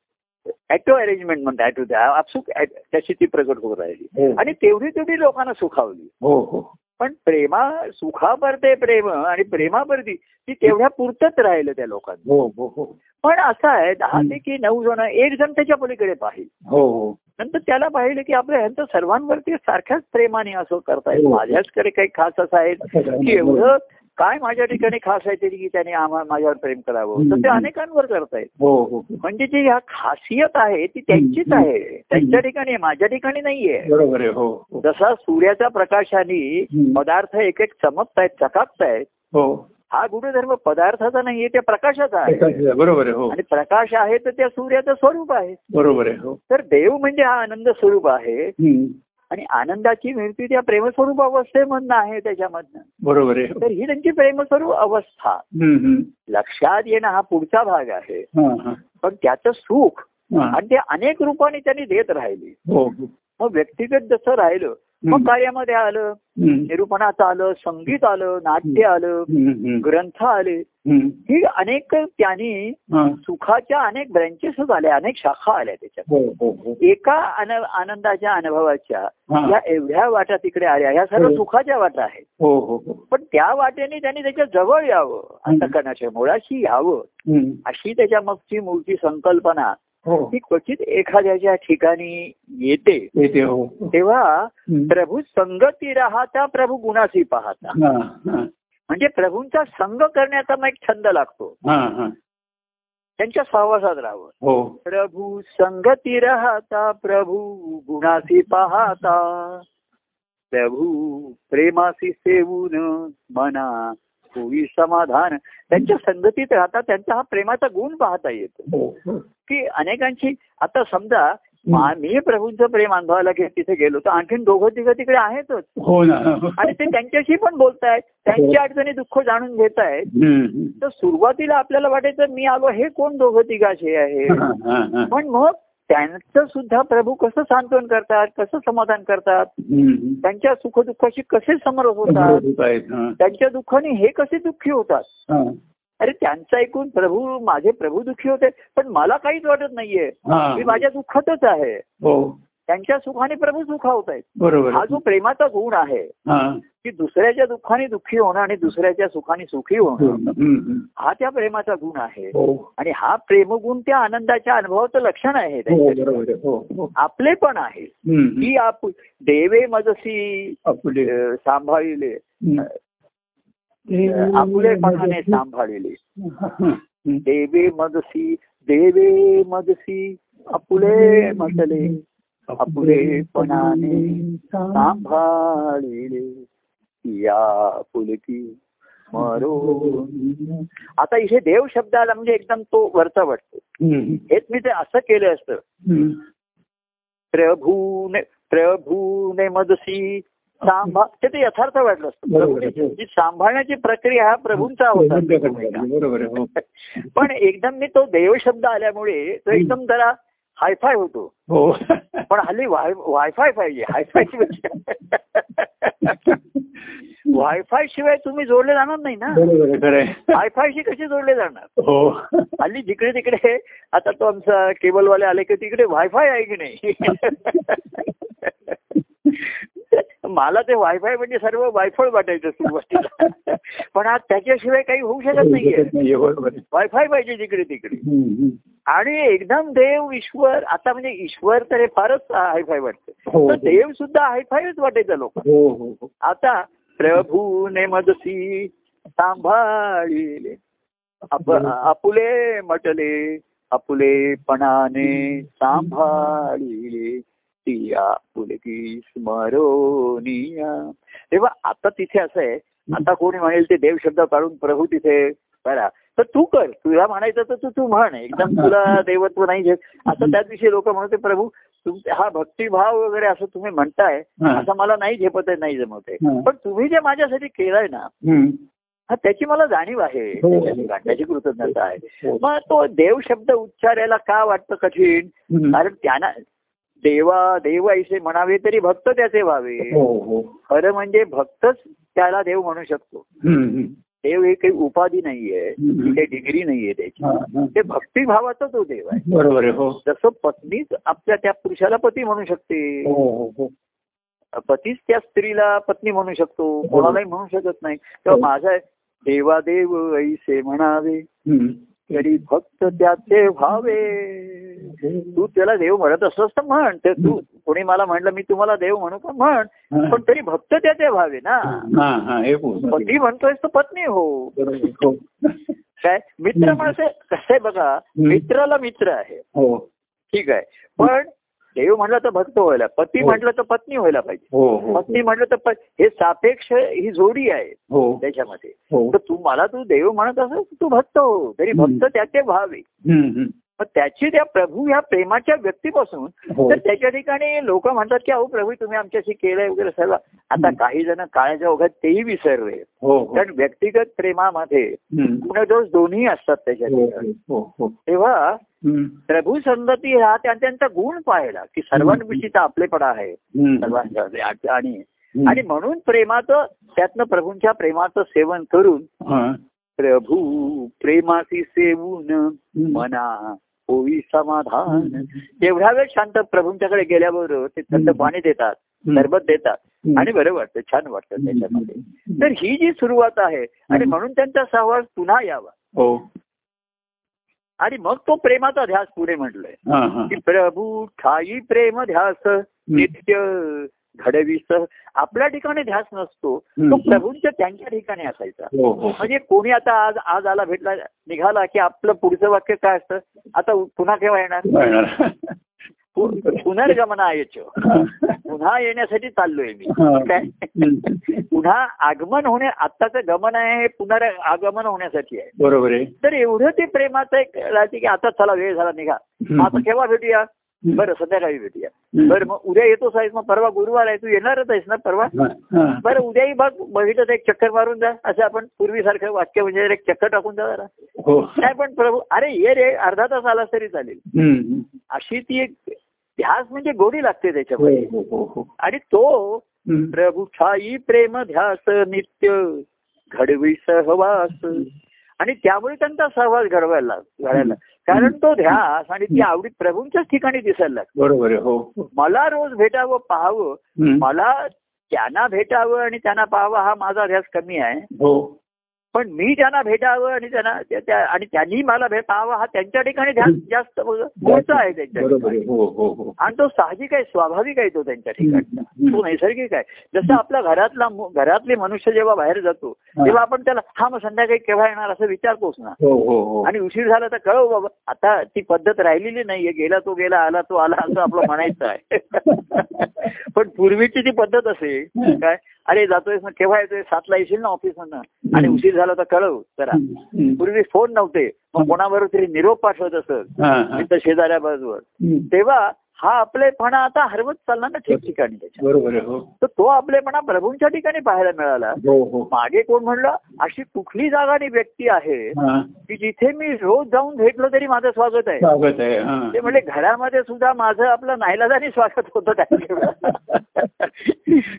ऍटो अरेंजमेंट म्हणतात ऍटो आपसुक ऍट- त्याची ती प्रगट होत राहिली
हो
आणि तेवढी तेवढी लोकांना सुखावली
हो हो
पण प्रेमा सुखापरते प्रेम आणि प्रेमापरती ती तेवढ्या पुरतच राहिलं त्या लोकांनी
हो हो हो
पण असं आहे दहा
हम्म.
ते की नऊ जण एक जण त्याच्या पलीकडे पाहिजे
हो हो
नंतर त्याला पाहिलं की आपल्या ह्यांचं सर्वांवरती सारख्याच प्रेमाने असं करता येईल
हो.
माझ्याचकडे काही खास असं आहे
असं काय
की
नाही.
एवढं काय माझ्या ठिकाणी खास आहे तरी की त्याने आम्हा माझ्यावर प्रेम करावं तर ते
हम्म.
अनेकांवर करतायत
हो हो
म्हणजे जी ह्या खासियत आहे ती त्यांचीच आहे त्यांच्या ठिकाणी आहे, माझ्या ठिकाणी नाहीये
बरोबर आहे हो हो
जसा सूर्याच्या प्रकाशाने
हम्म.
पदार्थ एक एक चमकतायत चकाकतायत
हो
हा गुणधर्म पदार्थाचा नाहीये त्या प्रकाशाचा आहे
एकाच- बरोबर आहे हो
आणि प्रकाश आहे तर त्या सूर्याचं स्वरूप आहे
बरोबर आहे हो
तर देव म्हणजे हा आनंद स्वरूप आहे
हम्म,
आणि आनंदाची मिळती त्या प्रेमस्वरूप अवस्थेमधनं आहे त्याच्यामधनं
बरोबर आहे हो.
तर ही त्यांची प्रेमस्वरूप अवस्था
हम्म, हम्म.
लक्षात येणं हा पुढचा भाग आहे
हा, हा,
पण त्याचं सुख
हा.
आणि ते अनेक रूपाने त्यांनी देत राहिली
हो हो.
मग व्यक्तिगत जसं राहिलं मग
हम्म,
कार्यामध्ये आलं
हम्म,
निरूपणाचं आलं संगीत आलं नाट्य आलं
हम्म, हम्म,
ग्रंथ आले
हम्म.
ही अनेक त्यांनी
हा,
सुखाच्या अनेक ब्रँचेसच आल्या अनेक शाखा आल्या त्याच्यात
हो हो हो
एका आन- आनंदाच्या अनुभवाच्या
हा,
या एवढ्या वाटा तिकडे आल्या ह्या सर्व
हो.
सुखाच्या वाटा आहेत
हो हो हो
पण त्या वाटेने त्यांनी त्याच्या जवळ यावं
हम्म.
अंतकणाच्या मुळाशी यावं
हम्म,
अशी त्याच्या मागची मूळची संकल्पना
हो
ही क्वचित एखाद्याच्या ठिकाणी येते
येते हो हो.
तेव्हा
हम्म.
प्रभू संगती राहता प्रभू गुणाशी पाहता
हा, हा,
म्हणजे प्रभूंचा संग करण्याचा मग एक छंद लागतो
हा, हा.
त्यांच्या सहवासात राहावं
हो
प्रभू संगती राहता प्रभू गुणासी पाहता प्रभू प्रेमासी सेवून मना होई समाधान त्यांच्या संगतीत राहता त्यांचा हा प्रेमाचा गुण पाहता येतो
हो हो.
की अनेकांची आता समजा मा- मी प्रभूंचं प्रेम अनुभवायला गे- तिथे गेलो तर आणखीन दोघं तिघं तिकडे आहेतच
हो ना
आणि ते त्यांच्याशी पण बोलतायत त्यांच्या अडचणी दुःख जाणून घेत आहेत
हम्म, हम्म.
तर सुरुवातीला आपल्याला वाटायचं मी आलो हे कोण दोघं तिघाशे आहे
हा, हा, हा.
पण मग त्यांचं सुद्धा प्रभू कसं सांत्वन करतात कसं समाधान करतात
हम्म, हम्म.
त्यांच्या सुखदुःखाशी कसे समरस होतात
होत आहेत हा,
त्यांच्या दुःखाने हे कसे दुःखी होतात
हा.
अरे त्यांचं ऐकून प्रभू माझे प्रभू दुःखी होते पण मला काहीच वाटत नाहीये मी
हा.
माझ्या दुःखातच आहे
हो
त्यांच्या सुखाने प्रभू सुखावत आहेत
बरोबर
हा जो प्रेमाचा गुण आहे
हा
की दुसऱ्याच्या दुःखाने दुःखी होणं आणि दुसऱ्याच्या सुखाने सुखी होणं
हम्म, हम्म.
हा त्या प्रेमाचा गुण आहे
हो
आणि हा प्रेमगुण त्या आनंदाच्या अनुभवाचं लक्षण आहे
हो
त्यांच्या
बरोबर आहे. हो हो
आपले पण आहे
हम्म, हम्म.
ही आप देवे मजसी
आपुले
अ, सांभाळिले
हम्म.
अ, आपुलेपणाने सांभाळिले
हम्म, हम्म.
देवे मजसी देवे मजसी आपुले म्हटले आपुलेपणाने सांभाळिले या पुलकी मरो आता इथे देव शब्द आला म्हणजे एकदम तो वरचा वाटतो
हम्म,
हेच मी ते असं केलं असतं
हम्म.
प्रभूने प्रभूने मदसी सांभाळ ते ते यथार्थ वाटलं असतं
बरोबर आहे.
प्रभूने- जी सांभाळण्याची प्रक्रिया हा प्रभूंचा होता
बरोबर आहे. हो
पण एकदम मी तो देव शब्द आल्यामुळे तो एकदम जरा हायफाय होतो
हो
पण हल्ली वाय वायफाय पाहिजे हायफाय वायफाय शिवाय तुम्ही जोडले जाणार नाही ना
बरोबर आहे खरं आहे.
वायफायशी कसे जोडले जाणार
हो
हल्ली जिकडे तिकडे आता तो आमचा केबलवाले आले की तिकडे वायफाय आहे की नाही मला ते वायफाय म्हणजे सर्व वायफळ वाटायचं सुरुवातीला पण आज त्याच्याशिवाय काही होऊ शकत नाहीये
नाहीये, बरोबर आहे.
वायफाय पाहिजे जिकडे तिकडे
हम्म, हम्म.
आणि एकदम देव ईश्वर आता म्हणजे ईश्वर तर हे फारच हायफाय वाटतं
हो.
तर देव सुद्धा हायफायच वाटायचा लोक
हो हो हो
आता प्रभूने मदसी सांभाळिले आप- आपुले म्हटले आपुलेपणाने सांभाळिले ती आपुले की स्मरोनिया तेव्हा आता तिथे असं आहे आता कोणी म्हणेल ते देव शब्द काढून प्रभू तिथे बरा तर तू कर तुला म्हणायचं तर तू तू म्हण एकदम तुला देवत्व नाही झेप असं त्याच दिवशी लोक म्हणते प्रभू तुम- हा भक्तिभाव वगैरे असं तुम्ही म्हणताय
हा.
असं मला नाही झेपत आहे नाही जमत
हा.
आहे पण तुम्ही जे माझ्यासाठी केलंय ना
हम्म.
हा त्याची मला जाणीव आहे
हो.
त्याची कृतज्ञता आहे
हो.
मग तो देव शब्द उच्चारायला का वाटतं कठीण
हम्म.
कारण त्यांना देवा देव ऐसे म्हणावे तरी भक्त त्याचे व्हावे
हो, हो.
खरं म्हणजे भक्तच त्याला देव म्हणू शकतो
हम्म, हम्म.
देव ही काही उपाधी नाहीये
हम्म.
ही काही डिग्री नाहीये त्याची
हा, हा.
ते भक्तिभावाचा तो देव आहे
बरोबर आहे हो
जसं पत्नीच आपल्या त्या पुरुषाला पती म्हणू शकते
हो हो हो
पतीच त्या स्त्रीला पत्नी म्हणू शकतो कोणालाही म्हणू शकत नाही तेव्हा
हो.
माझा देवा देव ऐसे म्हणावे
हम्म.
तरी भक्त त्याचे व्हावे तू त्याला देव म्हणत असलास तर म्हण तर तू कोणी मला म्हणलं मी तुम्हाला देव म्हणू का म्हण
हा.
पण तरी भक्त त्याचे व्हावे ना
हा हा हे पूर्ण.
पती म्हणतोय तर पत्नी हो
बरोबर. हो
काय मित्र म्हणजे कसं आहे बघा मित्राला मित्र आहे
हो
ठीक आहे पण देव म्हणलं तर भक्त व्हायला पती म्हटलं तर पत्नी व्हायला पाहिजे
हो हो
पत्नी म्हटलं तर प- हे सापेक्ष ही जोडी आहे
हो
त्याच्यामध्ये
हो
तर तू मला तू देव म्हणत असेल तर तू भक्त हो तरी भक्त त्याचे व्हावे
हम्म, हम्म.
मग त्याची त्या प्रभू ह्या प्रेमाच्या व्यक्तीपासून
हो
तर त्याच्या ठिकाणी लोक म्हणतात की अहो प्रभू तुम्ही आमच्याशी केलंय वगैरे सर्व आता
हं.
काही जण काळाच्या ओघात तेही विसरले
हो हो
कारण व्यक्तिगत प्रेमामध्ये
हम्म.
गुणदोष दोन्ही असतात त्याच्या
हो,
ठिकाणी.
हो हो
तेव्हा
हम्म.
प्रभू संगती हा त्या- त्यांचा गुण पाहिला की सर्वांविषयीचा आपलेपणा आहे
हम्म.
सर्वांचा आणि- आणि आणि म्हणून प्रेमाचं त्यातनं प्रभूंच्या प्रेमाचं सेवन करून
हा.
प्रभू प्रेमाशी सेवून
हम्म.
मना होई समाधान
हम्म.
एवढा वेळ शांत प्रभूंच्याकडे गेल्याबरोबर ते थंड
हम्म.
पाणी देतात
हम्म.
सरबत देतात
हम्म.
आणि बरं वाटतं छान वाटतं त्याच्यामध्ये
हम्म.
तर ही जी सुरुवात आहे आणि
हम्म.
म्हणून त्यांचा सहवास पुन्हा यावा
हो
आणि मग तो प्रेमाचा ध्यास पुढे म्हटलंय
हा हा
की प्रभू ठाई प्रेम ध्यास नित्य घडवीस आपल्या ठिकाणी ध्यास नसतो तो
हम्म.
प्रभूंच्या त्यांच्या ठिकाणी असायचा
हो हो
म्हणजे कोणी आता आज आज आला भेटला निघाला की आपलं पुढचं वाक्य काय असतं आता उ- पुन्हा केव्हा येणार
येणार.
पु- पुनर्गमना यायचं
हा.
पुन्हा येण्यासाठी चाललोय मी
हा.
काय
हम्म.
पुन्हा आगमन होणे आत्ताचं गमन आहे हे पुनर आगमन होण्यासाठी आहे
बरोबर आहे
तर एवढं ते प्रेमाचं एक राहते की आता चला वेळ झाला निघा
हम्म.
आता केव्हा भेटूया
हम्म.
बरं संध्याकाळी भेटूया
हम्म.
बरं मग उद्या येतोच आहेस मग परवा गुरुवार आहे तू येणारच आहेस ना परवा
हा, हा.
बरं उद्याही बघ बघितलं तर एक चक्कर मारून जा असं आपण पूर्वीसारखं वाक्य म्हणजे एक चक्कर टाकून जा जरा
हो
नाही पण प्रभू अरे ये रे अर्धा तास आलास तरी चालेल
हम्म.
अशी ती एक ध्यास म्हणजे गोडी लागते
हो
त्याच्यामध्ये
हो हो हो
आणि तो
हम्म.
प्रभू ठाई प्रेम ध्यास नित्य घडवी सहवास आणि त्यामुळे त्यांचा सहवास घडवायला घडायला कारण तो ध्यास आणि ती आवडी प्रभूंच्याच ठिकाणी दिसायला लागते
बरोबर आहे हो हो.
मला रोज भेटावं पाहावं
हम्म.
मला त्यांना भेटावं आणि त्यांना पाहावं हा माझा ध्यास कमी आहे
हो
पण मी त्यांना भेटावं आणि त्यांना त्या- त्या- आणि त्यांनी मला भे- पाहावं हा त्यांच्या ठिकाणी ध्यास जास्त मोठा आहे त्यांच्या
बरोबर
ठिकाणी.
आहे हो हो हो
आणि तो साहजिक आहे स्वाभाविक आहे तो त्यांच्या ठिकाणी
हम्म.
तो नैसर्गिक आहे जसं आपला घरातला मु- घरातले मनुष्य जेव्हा बाहेर जातो
हा.
तेव्हा आपण त्याला हा मग संध्याकाळी केव्हा येणार असं विचारतोच ना
हो हो हो
आणि उशीर झाला तर कळव बाबा आता ती पद्धत राहिलेली नाहीये गेला तो गेला आला तो आला असं आपलं म्हणायचं आहे पण पूर्वीची ती पद्धत असे काय अरे जातोय ना केव्हा येतोय सातला येशील ना ऑफिस मधनं आणि उशीर झाला तर कळव जरा
हम्म.
पूर्वी फोन नव्हते मग कोणाबरोबर तरी निरोप पाठवत असत
हा, हा.
मित्र शेजाऱ्या बाजूवर
हम्म.
तेव्हा हा आपलेपणा आता हरवत चालला ना ठिकठिकाणी त्याच्या
बरोबर आहे हो
तर तो आपलेपणा प्रभूंच्या ठिकाणी पाहायला मिळाला
हो हो
मागे कोण म्हणलं अशी कुठली जागा आणि व्यक्ती आहे
हा.
की जिथे मी रोज जाऊन भेटलो तरी माझं स्वागत आहे
स्वागत आहे हा.
ते म्हणजे घरामध्ये सुद्धा माझं आपलं नाईलाजाने स्वागत होतं काही वेळा.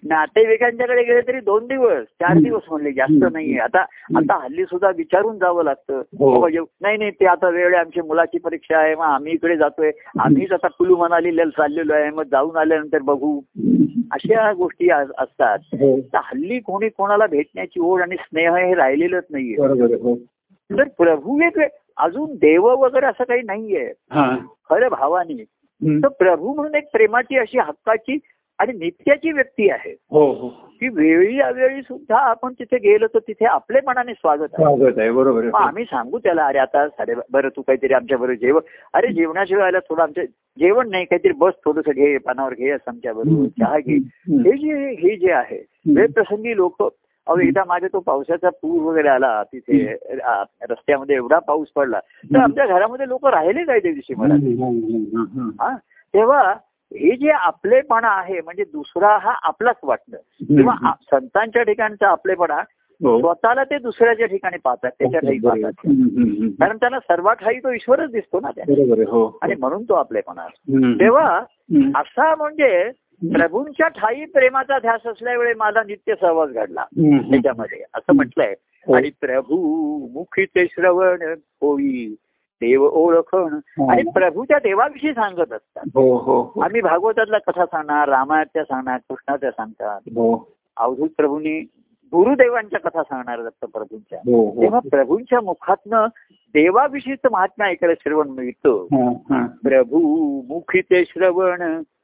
नातेवाईकांच्याकडे गेले तरी दोन दिवस चार दिवस म्हणले जास्त नाहीये आता आता हल्ली सुद्धा विचारून जावं लागतं
हो.
बाबा येऊ- नाही नाही ते आता वेळ आहे आमची मुलाची परीक्षा आहे मग आम्ही इकडे जातोय आम्हीच आता कुलू मनाली चाललेलो आहे मग जाऊन आल्यानंतर बघू अशा गोष्टी आज- असतात
हो
तर हल्ली कोणी कोणाला भेटण्याची ओढ आणि स्नेह हे राहिलेलंच नाहीये
बरोबर आहे हो
तर प्रभू एक अजून देव वगैरे असं काही नाहीये
हा
खरं भावाने तर
हम्म.
प्रभू म्हणून एक प्रेमाची अशी हक्काची आणि नित्याची व्यक्ती आहे
हो हो
की वेळी अवेळी सुद्धा आपण तिथे गेलो तर तिथे आपले मनाने स्वागत आहे
स्वागत आहे बरोबर
मग
आहे
आम्ही सांगू त्याला अरे आता साडे बरं तू काहीतरी आमच्या बरोबर जेवण अरे जेवणाशिवाय आला थोडं आमच्या जेवण नाही काहीतरी बस थोडस घे पानावर घे असं आमच्या बरोबर चहा घे
हम्म.
हे जे हे जे आहे वेळप्रसंगी लोक अहो एकदा माझ्या तो पावसाचा पूर वगैरे आला तिथे आ, रस्त्यामध्ये एवढा पाऊस पडला तर आमच्या घरामध्ये लोक राहिले काय त्या दिवशी मला हा तेव्हा हे जे आपलेपणा आहे म्हणजे दुसरा हा आपलाच वाटणं किंवा आ- संतांच्या ठिकाणचा आपलेपणा
हो.
स्वतःला ते दुसऱ्याच्या ठिकाणी पाहतात त्याच्या ठिकाणी पाहतात कारण त्यांना सर्वात हाही तो ईश्वरच दिसतो ना त्या
बरोबर आहे, हो
आणि म्हणून तो आपलेपणा असतो.
हम्म.
तेव्हा
हम्म.
असा म्हणजे प्रभूंच्या ठाई प्रेमाचा ध्यास असल्यावेळी माझा नित्य सहवास घडला
हम्म.
त्याच्यामध्ये असं म्हटलंय
हो.
आणि प्रभू मुखी ते श्रवण होई देव ओळखण
हा.
आणि प्रभूच्या देवाविषयी सांगत असतात
हो हो हो.
आम्ही भागवतातल्या कथा सांगणार रामायणच्या सांगणार कृष्णाच्या सांगतात
हो
अवधूत प्रभूंनी गुरुदेवांच्या कथा सांगणार दत्त प्रभूंच्या
हो
तेव्हा
हो
प्रभूंच्या मुखातनं देवाविषयीच महात्मा ऐकायला श्रवण मिळतं
हा, हा.
प्रभू मुखी ते श्रवण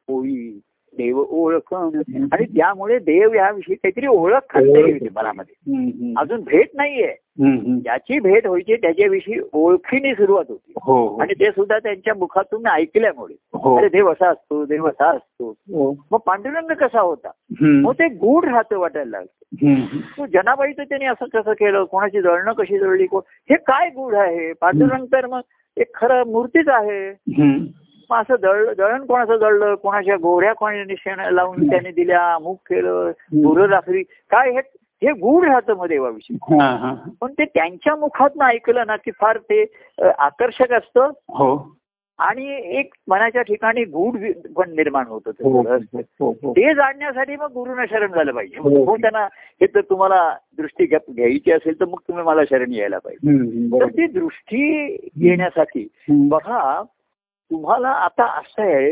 होई देव ओळखण आणि त्यामुळे देव याविषयी काहीतरी ओळख खाते येते मनामध्ये
हम्म, हम्म.
अजून भेट नाहीये
हम्म, हम्म.
ज्याची भेट व्हायची त्याच्याविषयी ओळखीने सुरुवात होती
हो हो.
आणि ते सुद्धा त्यांच्या मुखातून ऐकल्यामुळे
हो
अरे देव असा असतो देव असा असतो
हो
मग पांडुरंग कसा होता
हम्म.
मग ते गूढ राहतं वाटायला लागलं
हम्म.
तो जनाबाईचं त्यांनी असं कसं केलं कोणाची जळणं कशी जळली कोण हे काय गूढ आहे पांडुरंग तर मग एक खरं मूर्तीच आहे
हम्म.
मग असं दळ दळण कोणाचं दळलं कोणाच्या गोऱ्या कोणी निशाण लावून त्याने दिल्या अमुक केलं गुरं राखली काय हे हे गूढ राहतं मग देवाविषयी
हा, हा.
पण ते त्यांच्या मुखात ऐकलं ना की फार ते अ, आकर्षक असतं
हो
आणि एक मनाच्या ठिकाणी गूढ वि- पण निर्माण होत
हो
होतं
हो, हो.
ते जाणण्यासाठी मग गुरुना शरण झालं पाहिजे
हो.
हो त्यांना हे तर तुम्हाला दृष्टी घ्या- घ्यायची असेल तर मग तुम्ही मला शरण यायला पाहिजे
हम्म,
तर
बरोबर.
ती दृष्टी घेण्यासाठी
हम्म.
बघा तुम्हाला आता असं आहे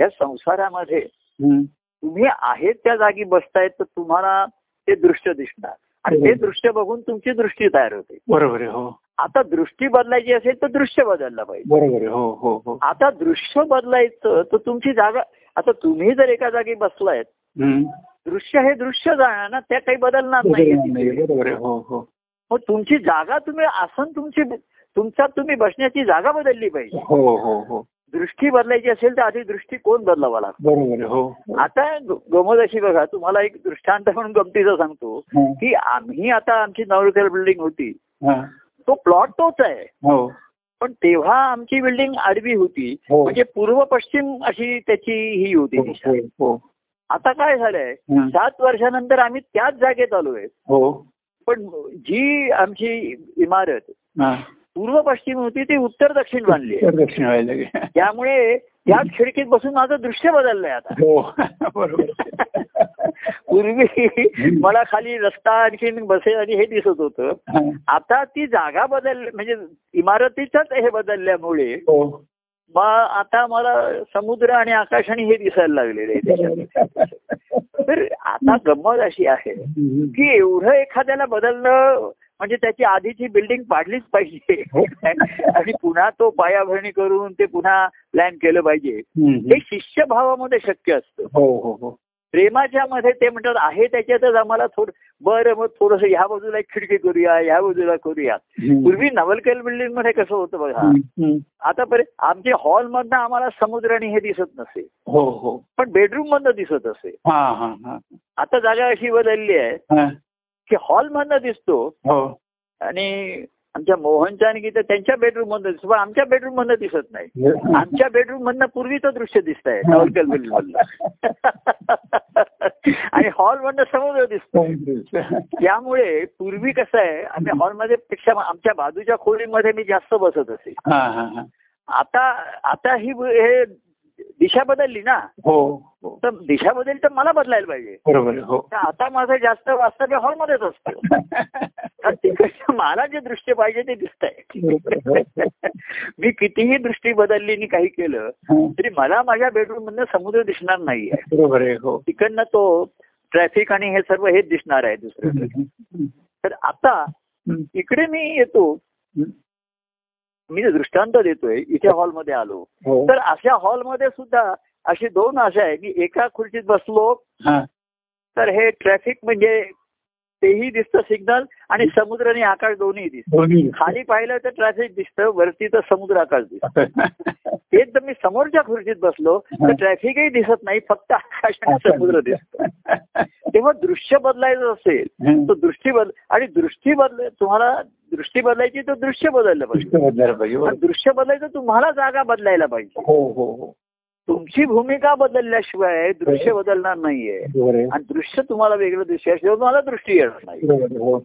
या संसारामध्ये
हम्म.
तुम्ही आहेत त्या जागी बसतायत तर तुम्हाला ते दृश्य दिसणार आणि
हो.
ते दृश्य बघून तुमची दृष्टी तयार होते
बरोबर आहे, हो
आता दृष्टी बदलायची असेल तर दृश्य बदललं पाहिजे
बरोबर आहे, हो हो हो
आता दृश्य बदलायचं तर तुमची जागा आता तुम्ही जर एका जागी बसलायत
हम्म.
दृश्य हे दृश्य जाणार ना त्यात काही बदलणार
बरोबर आहे,
नाही
बरोबर आहे, हो हो
मग तुमची जागा तुम्ही आसन तुमची तुमचा तुम्ही बसण्याची जागा बदलली पाहिजे
हो हो हो
दृष्टी बदलायची असेल तर आधी दृष्टिकोन बदलावा लागतो
बरोबर आहे, हो
आता ग- गमत अशी बघा तुम्हाला एक दृष्टांत म्हणून गमतीचा सांगतो
हा,
की आम्ही आता आमची नवलकर बिल्डिंग होती
हा.
तो प्लॉट तोच आहे
हो
पण तेव्हा आमची बिल्डिंग आडवी होती
हो.
म्हणजे पूर्व पश्चिम अशी त्याची ही होती
हो,
दिशा
हो हो
आता काय झालंय
हं.
सात वर्षानंतर आम्ही त्याच जागेत आलोय
हो
पण जी आमची इमारत
हा.
पूर्व पश्चिम होती ती उत्तर दक्षिण बांधली आहे.
तर दक्षिण व्हायला लागेल.
त्यामुळे त्याच खिडकीत बसून माझं दृश्य बदललंय आता
हो बरोबर आहे.
पूर्वी मला खाली रस्ता आणखीन बसेल आणि हे दिसत होतं
हा.
आता ती जागा बदल म्हणजे इमारतीचाच हे बदलल्यामुळे
हो
मग आता मला समुद्र आणि आकाश आणि हे दिसायला लागलेले
음.
आहे त्याच्यात. तर आता गंमत अशी आहे
हम्म.
की एवढं एखाद्याला बदलणं म्हणजे त्याची आधीची बिल्डिंग पाडलीच पाहिजे
हो.
आणि पुन्हा तो पायाभरणी करून ते पुन्हा प्लॅन केलं पाहिजे
हम्म.
हे शिष्यभावामध्ये शक्य असतं
हो हो हो
प्रेमाच्या मध्ये ते म्हणतात आहे त्याच्यातच आम्हाला थोडं बरं मग थोडस ह्या बाजूला एक खिडकी करूया ह्या बाजूला करूया
हम्म.
पूर्वी नवलकल बिल्डिंग मध्ये कसं होतं बघा
हम्म. हम्म.
आता पर्यंत आमच्या हॉलमधनं आम्हाला समुद्र आणि हे दिसत नसे
हो हो
पण बेडरूम मधनं दिसत असे
हा हा हा
आता जागा अशी बदलली आहे
हा.
की हॉलमधनं दिसतो
हो
आणि आमच्या मोहनच्या आणि गीता त्यांच्या बेडरूम मधनं दिसतो पण आमच्या बेडरूम मधनं दिसत नाही
हा.
आमच्या बेडरूम मधनं पूर्वीचं दृश्य दिसत आहे नवलकल बिल्डिंग मधलं आणि हॉल मधनं समुद्र दिसतो त्यामुळे पूर्वी कसं आहे आम्ही हॉलमध्ये पेक्षा आमच्या बाजूच्या खोलीमध्ये मी जास्त बसत असे
हा हा हा
आता आता ही ब- हे दिशा बदलली ना
हो हो
तर दिशा बदलली तर मला बदलायला पाहिजे
बरोबर आहे, हो
तर आता माझं जास्त वास्तव्य हॉलमध्येच असतं तर तिकडचं मला जे दृश्य पाहिजे ते दिसत
बरोबर आहे,
आहे मी कितीही दृष्टी बदलली आणि काही केलं
हो.
तरी मला माझ्या बेडरूम मधनं समुद्र दिसणार नाहीये
बरोबर आहे हो
तिकडनं तो ट्रॅफिक आणि हे सर्व हेच दिसणार आहे दुसरं तर आता
हम्म.
इकडे मी येतो मी जे दृष्टांत देतोय इथे हॉलमध्ये आलो
हो
तर अशा हॉलमध्ये सुद्धा अशी दोन आशा आहे मी एका खुर्चीत बसलो
हा
तर हे ट्रॅफिक म्हणजे तेही दिसतं सिग्नल आणि समुद्र आणि आकाश दोन्ही दिसतं
दोन्ही
खाली पाहिलं तर ट्रॅफिक दिसतं वरती तर समुद्र आकाश दिसतं
असं.
तेच जर मी समोरच्या खुर्चीत बसलो तर ट्रॅफिकही दिसत नाही फक्त आकाश आणि समुद्र दिसतो तेव्हा दृश्य बदलायचं असेल तर दृष्टी बदल आणि दृष्टी बदल तुम्हाला दृष्टी बदलायची तर दृश्य बदललं पाहिजे आणि दृश्य बदलायचं तुम्हाला जागा बदलायला पाहिजे
हो हो हो
तुमची भूमिका बदलल्याशिवाय दृश्य बदलणार नाहीये
बरोबर आहे.
आणि दृश्य तुम्हाला वेगळं दृश्य असल्यावर तुम्हाला दृष्टी येणार नाही
बरोबर आहे. हो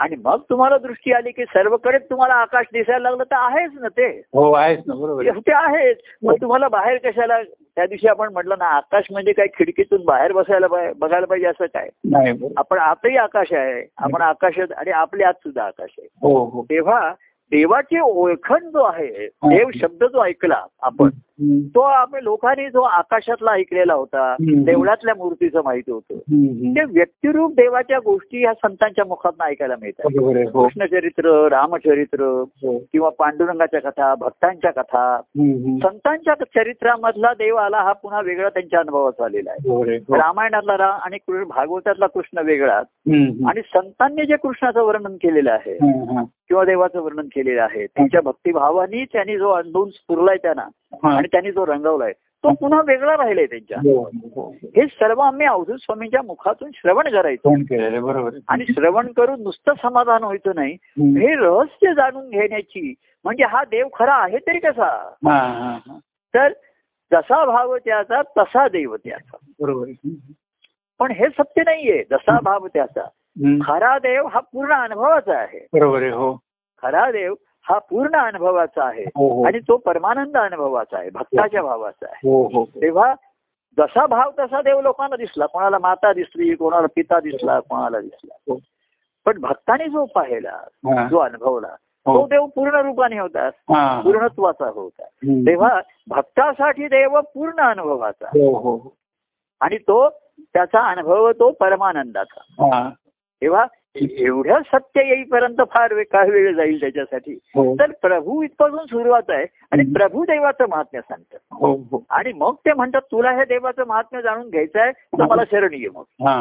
आणि मग तुम्हाला दृष्टी आली की सर्वकडे तुम्हाला आकाश दिसायला लागलं तर आहेच ना ते
हो आहेच ना बरोबर आहे.
ते आहेच
हो.
मग तुम्हाला बाहेर कशाला त्या दिवशी आपण म्हटलं ना आकाश म्हणजे काय खिडकीतून बाहेर बसायला पाहि- बघायला पाहिजे असं काय
नाही बरोबर.
आपण आतही आकाश आहे आपण आकाशात आणि आपल्या आत सुद्धा आकाश आहे
हो हो
तेव्हा देवाचे ओळखण जो आहे देव शब्द जो ऐकला आपण
हम्म.
तो आपण लोकांनी जो आकाशातला ऐकलेला होता
हम्म.
देवळातल्या मूर्तीचं माहिती होतं
हम्म, हम्म.
ते व्यक्तिरूप देवाच्या गोष्टी ह्या संतांच्या मुखात ऐकायला मिळतात
बरोबर आहे. हो
कृष्णचरित्र रामचरित्र
हो
किंवा पांडुरंगाच्या कथा भक्तांच्या कथा
हम्म, हम्म.
संतांच्या चरित्रामधला देव आला हा पुन्हा वेगळा त्यांच्या अनुभवाचा आलेला आहे
बरोबर आहे. हो.
रामायणातला राम आणि कृ- भागवतातला कृष्ण वेगळा
हम्म, हम्म.
आणि संतांनी जे कृष्णाचं वर्णन केलेलं आहे
हम्म, हा.
किंवा देवाचं वर्णन केलेलं आहे त्यांच्या भक्तिभावानी त्यांनी जो अनुभव स्फुरलाय त्यांना
हा.
आणि त्यांनी जो रंगवलाय तो पुन्हा वेगळा राहिलाय त्यांच्या
हो, हो, हो.
हे सर्व आम्ही अवधूत स्वामींच्या मुखातून श्रवण करायचो
तोंड केलेलं आहे. बरोबर आहे.
आणि श्रवण करून नुसतं समाधान व्हायचं नाही
हम्म.
हे रहस्य जाणून घेण्याची म्हणजे हा देव खरा आहे तरी कसा
हा हा हा
तर जसा भाव त्याचा तसा देव त्याचा
बरोबर आहे. हम्म.
पण हे सत्य नाहीये जसा भाव त्याचा
हम्म.
खरा देव हा पूर्ण अनुभवाचा आहे
बरोबर आहे. हो
खरा देव हा पूर्ण अनुभवाचा आहे
हो हो
आणि तो परमानंद अनुभवाचा आहे भक्ताच्या भावाचा आहे
हो हो हो.
तेव्हा जसा भाव तसा देव लोकांना दिसला कोणाला माता दिसली कोणाला पिता दिसला कोणाला दिसला
हो.
पण भक्ताने जो पाहिला
हा.
जो अनुभवला
हो.
तो देव पूर्ण रूपाने होता
हा.
पूर्णत्वाचा होता
हम्म.
तेव्हा भक्तासाठी देव पूर्ण अनुभवाचा
हो हो हो.
आणि तो त्याचा अनुभव तो परमानंदाचा
हा.
तेव्हा एवढं सत्य येईपर्यंत फार वे- काही वेळ जाईल त्याच्यासाठी
हो
तर प्रभू इथपासून सुरुवात आहे आणि
हम्म.
प्रभू देवाचं महात्म्य सांगतात
हो हो
आणि मग ते म्हणतात तुला हे देवाचं महात्म्य जाणून घ्यायचं आहे तर मला शरण ये मग
हा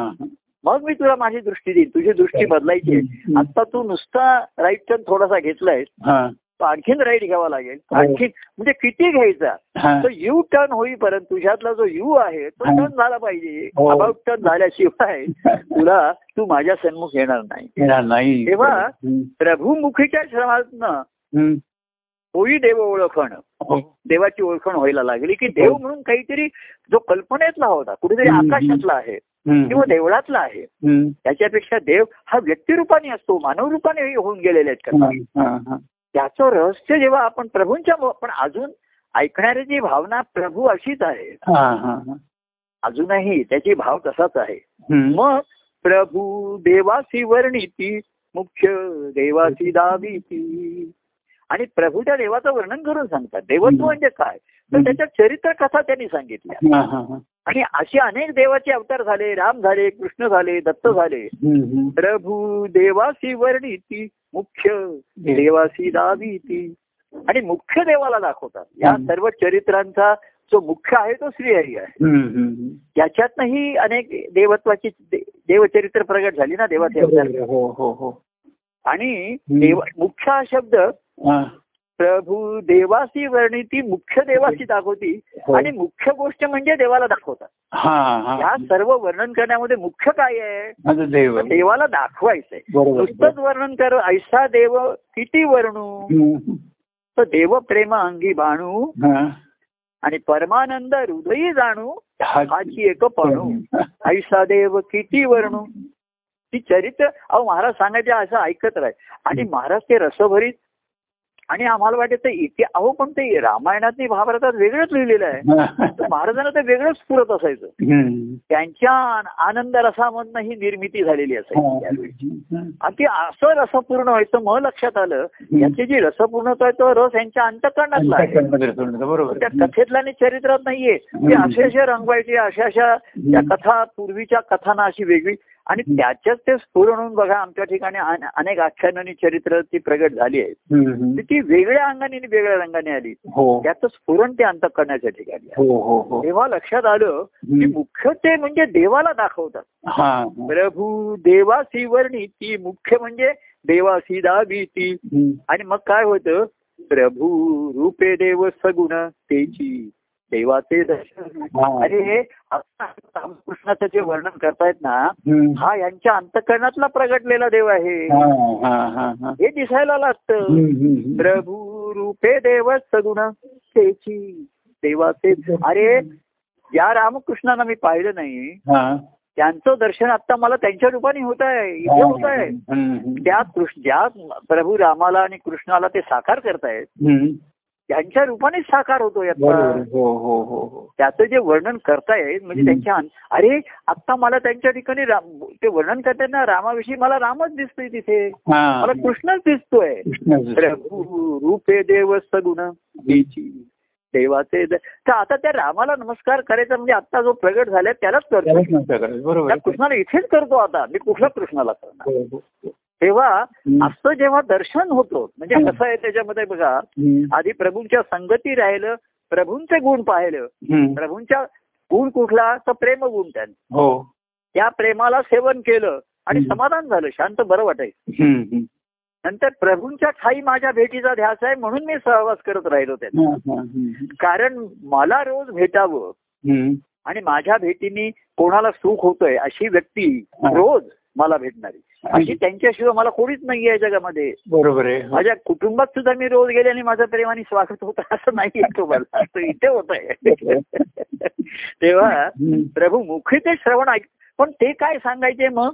मग मी तुला माझी दृष्टी देईन तुझी दृष्टी बदलायची आहे आता तू नुसता राईट टर्न थोडासा घेतलाय
हा
तो आणखीन राईट घ्यावा लागेल
हो.
आणखीन म्हणजे किती घ्यायचा
हा
तो यू टर्न होईपर्यंत तुझ्यातला जो यू आहे तो
हा.
टर्न झाला पाहिजे
हो.
अबाउट टर्न झाल्याशिवाय तुला तू माझ्या सन्मुख येणार नाही
येणार नाही
तेव्हा-
हम्म.
प्रभूमुखीच्या श्रमातनं
हम्म.
होई देव ओळखण
हो
देवाची ओळखण व्हायला लागली की देव
हो.
म्हणून काहीतरी जो कल्पनेतला होता कुठेतरी
हम्म, हम्म.
आकाशातला आहे
हम्म.
किंवा देवळातला आहे
हम्म.
त्याच्यापेक्षा देव हा व्यक्तिरूपाने असतो मानवरूपाने होऊन गेलेले आहेत
हा,
कथा
हा, हा.
त्याचं रहस्य जेव्हा आपण प्रभूंच्या मो- पण अजून ऐकणाऱ्याची भावना प्रभू अशीच आहे
हा, हा, हा.
अजूनही त्याची भाव तसाच आहे
हम्म.
मग प्रभू देवासी वर्णिती मुख्य देवासी दाविती आणि प्रभू त्या देवाचं वर्णन करून सांगतात देवत्व
हम्म.
म्हणजे काय तर त्याच्या चरित्र कथा त्यांनी सांगितल्या
हा, हा, हा.
आणि असे अनेक देवाचे अवतार झाले राम झाले कृष्ण झाले दत्त झाले
हम्म, हम्म.
प्रभू देवासी वर्णिती मुख्य देवासी दाविती आणि मुख्य देवाला दाखवतात या
हम्म.
सर्व चरित्रांचा जो मुख्य आहे तो श्रीहरी आहे
हम्म, हम्म.
याच्यातनंही अनेक देवत्वाची दे- देवचरित्र प्रगट झाली ना देवाचे
बरोबर
अवतार
आहे. हो हो हो
आणि देव मुख्य हा शब्द
हा.
प्रभू देवासी वर्णिती मुख्य देवाची दाखवती
हो.
आणि मुख्य गोष्ट म्हणजे देवाला दाखवतात
हा हा
ह्या सर्व वर्णन करण्यामध्ये मुख्य काय आहे
माझं देव
तर देवाला दाखवायचंय
बरोबर आहे.
नुसतंच वर्णन कर ऐसा देव किती वर्णू
हम्म.
तर देव प्रेम अंगी बाणू
हा.
आणि परमानंद हृदयी जाणू
हा.
हाची एक पणू ऐसा देव किती वर्णू ती चरित्र अहो महाराज सांगायचे असं ऐकत राहील आणि महाराज ते रसभरीत आणि आम्हाला वाटायचं इथे अहो पण ते रामायणातनी महाभारतात वेगळंच लिहिलेलं आहे तर महाराजांना ते वेगळंच पुरत असायचं
हम्म.
त्यांच्या आनंद रसामधनं ही निर्मिती झालेली
हो,
असायची त्यावेळी आणि ते असं रसपूर्ण व्हायचं मग लक्षात आलं याची जी रसपूर्णता आहे तो रस यांच्या अंतकरणातला आहे
अंतःकरणामध्ये सोडण्याचं, बरोबर
त्या
आहे.
कथेतला आणि चरित्रात नाहीये ते
हम्म.
असे असे रंगवायचे अशा अशा त्या कथा पूर्वीच्या कथांना अशी वेगळी आणि त्याच्याच ते स्फुर म्हणून बघा आमच्या ठिकाणी अन- अनेक आख्यान आणि चरित्र ती प्रगट झाली आहेत
हम्म, हम्म.
ती- ती वेगळ्या अंगाने आणि वेगळ्या रंगाने आली
हो
त्याचं स्फुरण ते अंत करण्याच्या ठिकाणी आहे.
हो हो हो
तेव्हा लक्षात आलं की
हम्म. हो.
मुख्य ते म्हणजे देवाला दाखवतात
हा हा.
प्रभू देवासी वर्णी ती मुख्य म्हणजे देवासी दाबी ती
हम्म.
आणि मग काय होतं प्रभू रूपे देव सगुण तेची देवाचे दर्शन
हा.
अरे हे आता रामकृष्णाचं जे वर्णन करतायत ना
हम्म.
हा यांच्या अंतकरणातला प्रगटलेला देव आहे
हा, हा, हा, हा.
हे दिसायला लागतं
हम्म, हम्म, हम्म.
प्रभू रूपे देव सगुण तेची देवाचे अरे या रामकृष्णांना मी पाहिलं नाही
हा.
त्यांचं दर्शन आता मला त्यांच्या रूपाने होत आहे इथे होत आहे
हम्म, हम्म.
त्या कृष्ण ज्या प्रभू रामाला आणि कृष्णाला ते साकार करतायत
हम्म.
त्यांच्या रूपानेच साकार होतोय
बरोबर
आता
हो हो हो हो
त्याचं जे वर्णन करतायत म्हणजे
हं.
त्यांच्या अन- अरे आता मला त्यांच्या ठिकाणी राम- ते वर्णन करतायत ना रामाविषयी मला रामच दिसतोय तिथे
हा
मला कृष्णच दिसतोय
कृष्ण
प्रभू रूपे देव सगुण देची देवाचे द- तर आता त्या रामाला नमस्कार करायचा म्हणजे आता जो प्रगट झालाय त्यालाच करतो
त्यालाच नमस्कार करायचं बरोबर
त्या
आहे.
कृष्णाला इथेच करतो आता मी कुठल्या कृष्णाला करणार
हो, हो, हो.
तेव्हा
हम्म.
असं जेव्हा दर्शन होतं म्हणजे
हं.
कसं आहे त्याच्यामध्ये बघा
हम्म.
आधी प्रभूंच्या संगती राहिलं प्रभूंचे गुण पाहिलं
हम्म.
प्रभूंच्या गुण कुठला तर प्रेम गुण त्यांचा
हो
त्या प्रेमाला सेवन केलं आणि
हम्म.
समाधान झालं शांत बरं वाटायचं
हम्म, हम्म.
नंतर प्रभूंच्या ठाई माझ्या भेटीचा ध्यास आहे म्हणून मी सहवास करत राहिलो त्याचा
हा, हा, हम्म.
कारण मला रोज भेटावं
हम्म.
आणि माझ्या भेटीने कोणाला सुख होतंय अशी व्यक्ती
हा.
रोज मला भेटणारी अशी त्यांच्याशिवाय मला कोणीच नाही आहे जगामध्ये
बरोबर आहे हो.
माझ्या कुटुंबात सुद्धा मी रोज गेले आणि माझं प्रेमाने स्वागत होत असं नाही मला असं इथे होत आहे तेव्हा
हम्म.
प्रभू मुखी ते श्रवण ऐक पण ते काय सांगायचे मग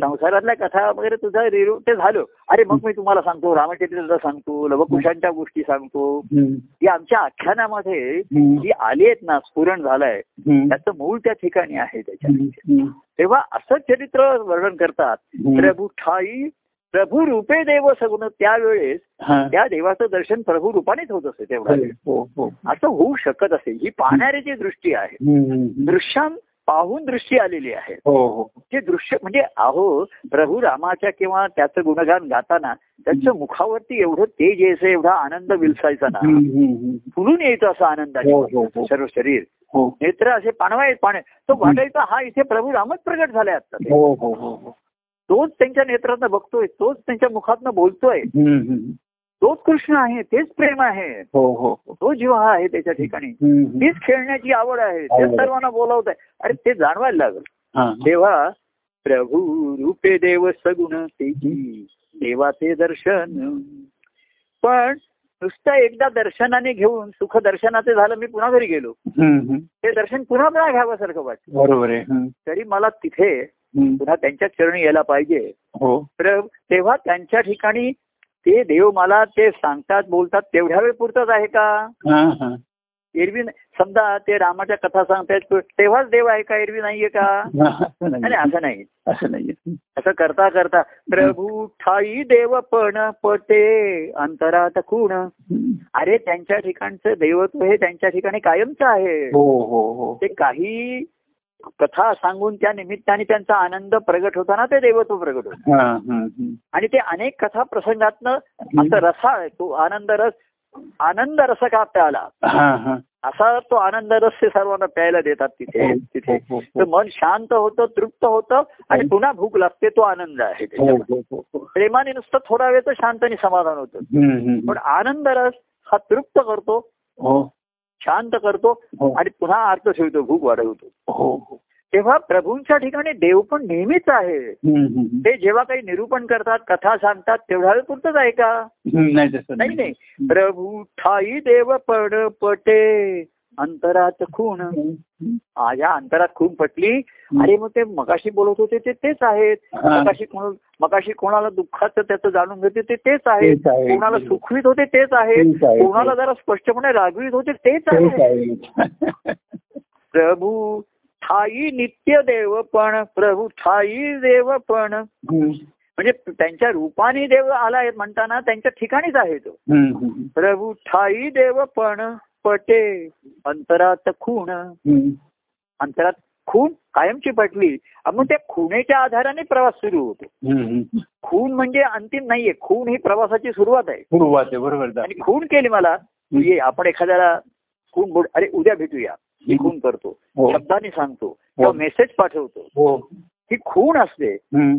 संसारातल्या कथा वगैरे तुझा रिरू ते झालं अरे मग मी तुम्हाला सांगतो रामचरित्र सांगतो लवकुशांच्या गोष्टी सांगतो
हम्म.
या आमच्या आख्यानामध्ये
हम्म.
जी आली आहेत ना स्फुरण झालंय
हम्म.
त्याचं मूळ त्या ठिकाणी आहे त्याच्या
हम्म. हम्म.
तेव्हा असं चरित्र वर्णन करतात
हम्म.
प्रभू ठाई प्रभू रूपे देव सगुण त्यावेळेस
हा.
त्या देवाचं दर्शन प्रभू रूपानेच होत असे तेवढा वेळ.
हो हो
असं होऊ शकत असे ही पाहणाऱ्याची दृष्टी आहे
हम्म. हम्म.
दृश्यां पाहून दृष्टी आलेली आहे
हो हो
ते दृश्य म्हणजे अहो प्रभू रामाच्या किंवा त्याचं गुणगान गाताना त्यांचं मुखावरती एवढं तेज यायचं एवढा आनंद विलसायचा ना
हम्म. हम्म.
फुलून यायचं असं आनंदाने
हो हो हो
सर्व शरीर
हो
नेत्र असे पाणवाय पाणे तो वाटायचा हा इथे प्रभू रामच प्रगट झालाय आता
हो हो हो हो
तोच त्यांच्या नेत्रातनं बघतोय तोच त्यांच्या मुखातनं बोलतोय
हम्म. हम्म.
तोच कृष्ण आहे तेच प्रेम आहे
हो हो हो
तो जीवा आहे त्याच्या ठिकाणी
हम्म. हम्म.
तीच खेळण्याची आवड आहे त्या
आवड आहे.
सर्वांना बोलावत आहे अरे ते जाणवायला लागलं
हा.
तेव्हा प्रभू रूपे देव सगुण तेजी देवाचे दर्शन पण नुसतं एकदा दर्शनाने घेऊन सुख दर्शनाचे झालं मी पुन्हा घरी गेलो
हम्म. हम्म.
ते दर्शन पुन्हा पुन्हा घ्यावंसारखं वाटतं
बरोबर आहे हम्म.
तरी मला तिथे
हम्म.
पुन्हा त्यांच्या चरणी यायला पाहिजे
हो
प्र- तेव्हा त्यांच्या ठिकाणी ते देव मला ते सांगतात बोलतात तेवढ्या वेळ पुरतच आहे का
हा हा
एरवी न- समजा ते रामाच्या कथा सांगतायत तेव्हाच देव आहे का एरवी नाहीये का
हा, असं
अरे
नाही
असं नाही
असं नाही
असं करता करता प्रभू ठाई देव पण पटे अंतरात खूण
हम्म.
अरे त्यांच्या ठिकाणचं देवत्व हे त्यांच्या ठिकाणी कायमचं आहे
हो हो हो
ते काही कथा सांगून त्या निमित्ताने त्यांचा आनंद प्रगट होताना ते देवत्व प्रगट होत
हा हा हम्म.
आणि ते अनेक कथा प्रसंगातनं असं रसाळ तो आनंद रस आनंद रस का प्याला
हा हा
असा तो आनंद रस ते सर्वांना प्यायला देतात तिथे
हो,
तिथे
हो,
तर
हो, हो.
मन शांत होतं तृप्त होतं आणि
हो.
पुन्हा भूक लागते तो आनंद आहे
हो,
त्याच्यामध्ये
हो, हो, हो.
प्रेमाने नुसतं थोडा वेळ तर शांत आणि समाधान होतं
हम्म, हम्म.
पण आनंद रस हा तृप्त करतो
हो
शांत करतो
हो
आणि पुन्हा अर्थ ठेवतो भूक वाढवतो
हो हो.
तेव्हा प्रभूंच्या ठिकाणी देव पण नेहमीच आहे
हम्म, हम्म.
ते जेव्हा काही निरूपण करतात कथा सांगतात तेवढ्या वेळ पुरतच आहे का
हम्म, नाही तसं
नाही नाही प्रभू ठाई देव पड पटे अंतरात खूण
हम्म.
माझ्या अंतरात खूण पटली अरे मग ते मगाशी बोलत होते ते तेच आहेत
हा.
मगाशी कोण मगाशी कोणाला दुःखाचं त्याचं जाणून घेते ते तेच आहेत
तेच आहे.
कोणाला सुखवीत होते तेच आहेत
तेच आहे.
कोणाला जरा स्पष्टपणे रागवीत होते तेच
तेच
आहेत
आहे.
प्रभू ठाई नित्य देव पण प्रभू ठाई देव पण
हम्म,
म्हणजे त्यांच्या रूपाने देव आला आहे म्हणताना त्यांच्या ठिकाणीच आहे तो
हम्म, हम्म.
प्रभू ठाई देव पण पटे अंतरात खूण
हम्म.
अंतरात खूण कायमची पटली अं मग त्या खुणेच्या आधाराने प्रवास सुरू होतो
हम्म, हम्म.
खूण म्हणजे अंतिम नाहीये खूण ही प्रवासाची सुरुवात आहे
सुरुवात आहे बरोबर दा.
आणि खूण केली मला तू ये आपण एखाद्याला खूण बोल अरे उद्या भेटूया मी खूण करतो
हो
शब्दाने सांगतो किंवा मेसेज पाठवतो
हो
ही खूण असते
हम्म,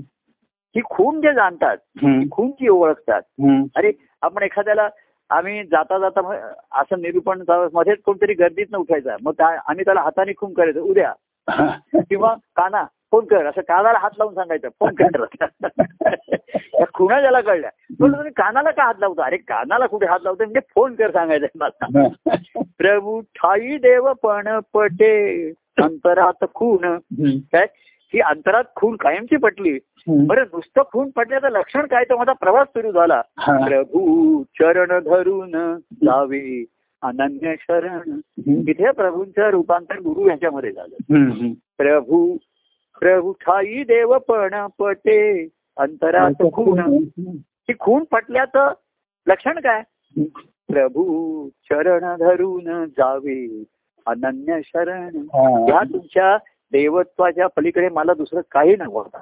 ही खूण जे जाणतात
हम्म,
खूण जी ओळखतात
हम्म.
अरे आपण एखाद्याला आम्ही जाता जाता मग असं निरूपण जावं, मध्येच कोणतरी गर्दीतनं उठायचा मग त्या- आम्ही त्याला हाताने खून करायचं उद्या किंवा काना फोन कर असं कानाला हात लावून सांगायचं फोन कर या खुणा ज्याला कळल्या म्हणलं तुम्ही कानाला का हात लावता अरे कानाला कुठे हात लावतो म्हणजे फोन कर सांगायचं मला प्रभू ठाई देव पण पटे अंतरात खून काय की अंतरात खून कायमची पटली बरं नुसतं खून पटल्याचं लक्षण काय तर माझा प्रवास सुरू झाला
হ্যাঁ,
प्रभू चरण धरून जावे अनन्य शरण इथे प्रभूंचं रूपांतर गुरु यांच्यामध्ये झालं प्रभू प्रभू ठाई देव पण पटे अंतरात खून ही खून पटल्याचं लक्षण काय प्रभू चरण धरून जावे अनन्य शरण
হ্যাঁ,
या तुमच्या देवत्वाच्या पलीकडे मला दुसरं काही नको आता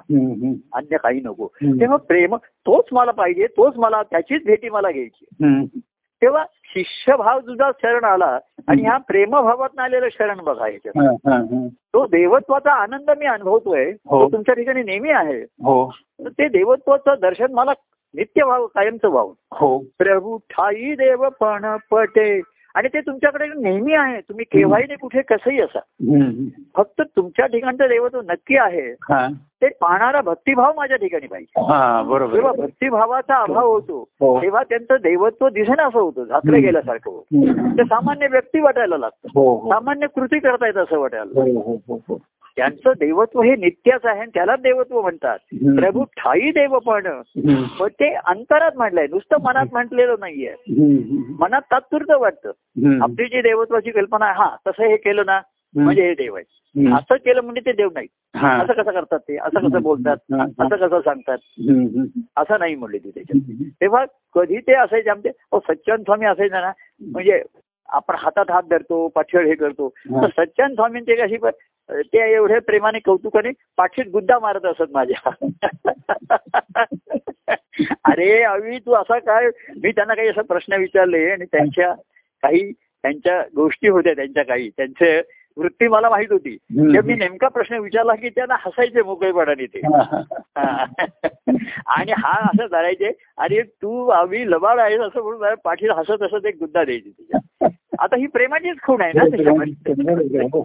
अन्य काही नको तेव्हा प्रेम तोच मला पाहिजे तोच मला त्याचीच भेटी मला घ्यायची तेव्हा शिष्यभाव तुझा शरण आला आणि ह्या प्रेमभावात आलेलं शरण बघा याच्यात
হ্যাঁ,
तो देवत्वाचा आनंद मी अनुभवतोय
हो.
तो तुमच्या ठिकाणी नेहमी आहे
हो
तर ते देवत्वाचं दर्शन मला नित्य व्हावं कायमचं व्हावं
हो
प्रभू ठाई देव पण पटे आणि ते तुमच्याकडे नेहमी आहे तुम्ही केव्हाही नाही कुठे कसंही असा
हम्म.
फक्त तुमच्या ठिकाणचं देवत्व नक्की आहे
हा
ते पाहणारा भक्तिभाव माझ्या ठिकाणी पाहिजे
हा
जेव्हा
बरोबर
भक्तिभावाचा अभाव होतो
हो.
तेव्हा त्यांचं देवत्व दिसेन असं होतं झाकलं
हम्म.
गेल्यासारखं होतं.
हम्म.
ते सामान्य व्यक्ती वाटायला लागतं
हो हो
सामान्य कृती करता येतं असं वाटायला लागतं.
हो हो हो हो
त्यांचं देवत्व हे नित्याच आहे आणि त्यालाच देवत्व म्हणतात
हम्म.
प्रभू ठाई देव पण
हम्म.
पण ते अंतरात म्हटलंय नुसतं मनात म्हटलेलं नाहीये
हम्म.
मनात तात्पुरतं वाटतं
हम्म.
आपली जी देवत्वाची कल्पना आहे हा तसं हे केलं ना म्हणजे हे देव आहे
हम्म.
असं केलं म्हणजे ते देव नाही
हा.
असं कसं करतात ते असं कसं बोलतात
हा, हा.
असं कसं सांगतात
हम्म. हम्म.
असं नाही म्हणले ती त्याच्यात तेव्हा कधी ते असायचे आमचे ओ सच्चन स्वामी असायचे ना म्हणजे आपण हातात हात धरतो पाठीवर हे करतो तर
हा.
सच्चन स्वामींचे कशी पण ते एवढे प्रेमाने कौतुकाने पाठीत गुद्दा मारत असत माझ्या अरे अवी तू असा काय मी त्यांना काही असं प्रश्न विचारले आणि त्यांच्या काही त्यांच्या गोष्टी होत्या त्यांच्या काही त्यांचे वृत्ती मला माहित होती
हम्म.
तेव्हा मी नेमका प्रश्न विचारला की त्यांना हसायचे मोकळेपणाने ते
हा, हा.
हा. आणि हा असं धरायचे अरे तू आम्ही लबाड आहेस असं म्हणून मला पाठीला हसत हसत एक गुद्दा द्यायची तिच्या आता ही प्रेमाचीच खूण आहे ना त्याच्यामध्ये.
हो.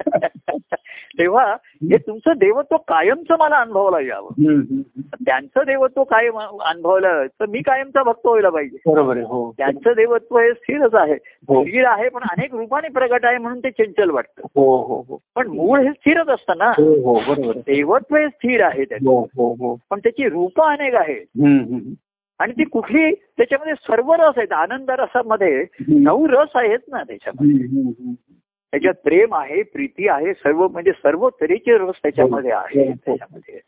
तेव्हा हे तुमचं देवत्व कायमचं मला अनुभवायला यावं
हम्म.
त्यांचं देवत्व कायम अनुभवलं तर मी कायमचा भक्त व्हायला पाहिजे
बरोबर आहे हो
त्यांचं देवत्व हे स्थिरच आहे
हो
स्थिर आहे पण अनेक रूपाने प्रगट आहे म्हणून ते चंचल वाटतं
हो हो हो
पण मूळ हे स्थिरच असतं ना
हो हो बरोबर आहे
देवत्व हे स्थिर आहे त्याचं
हो हो हो
पण त्याची रूपं अनेक आहेत
हम्म, हम्म.
आणि ती कुठली त्याच्यामध्ये सर्व रस आहेत आनंद रसामध्ये
हम्म.
नऊ रस आहेत ना त्याच्यामध्ये
हम्म, हम्म, हम्म.
त्याच्यात प्रेम आहे प्रीती आहे सर्व म्हणजे सर्व तऱ्हेचे रस त्याच्यामध्ये आहे त्याच्यामध्ये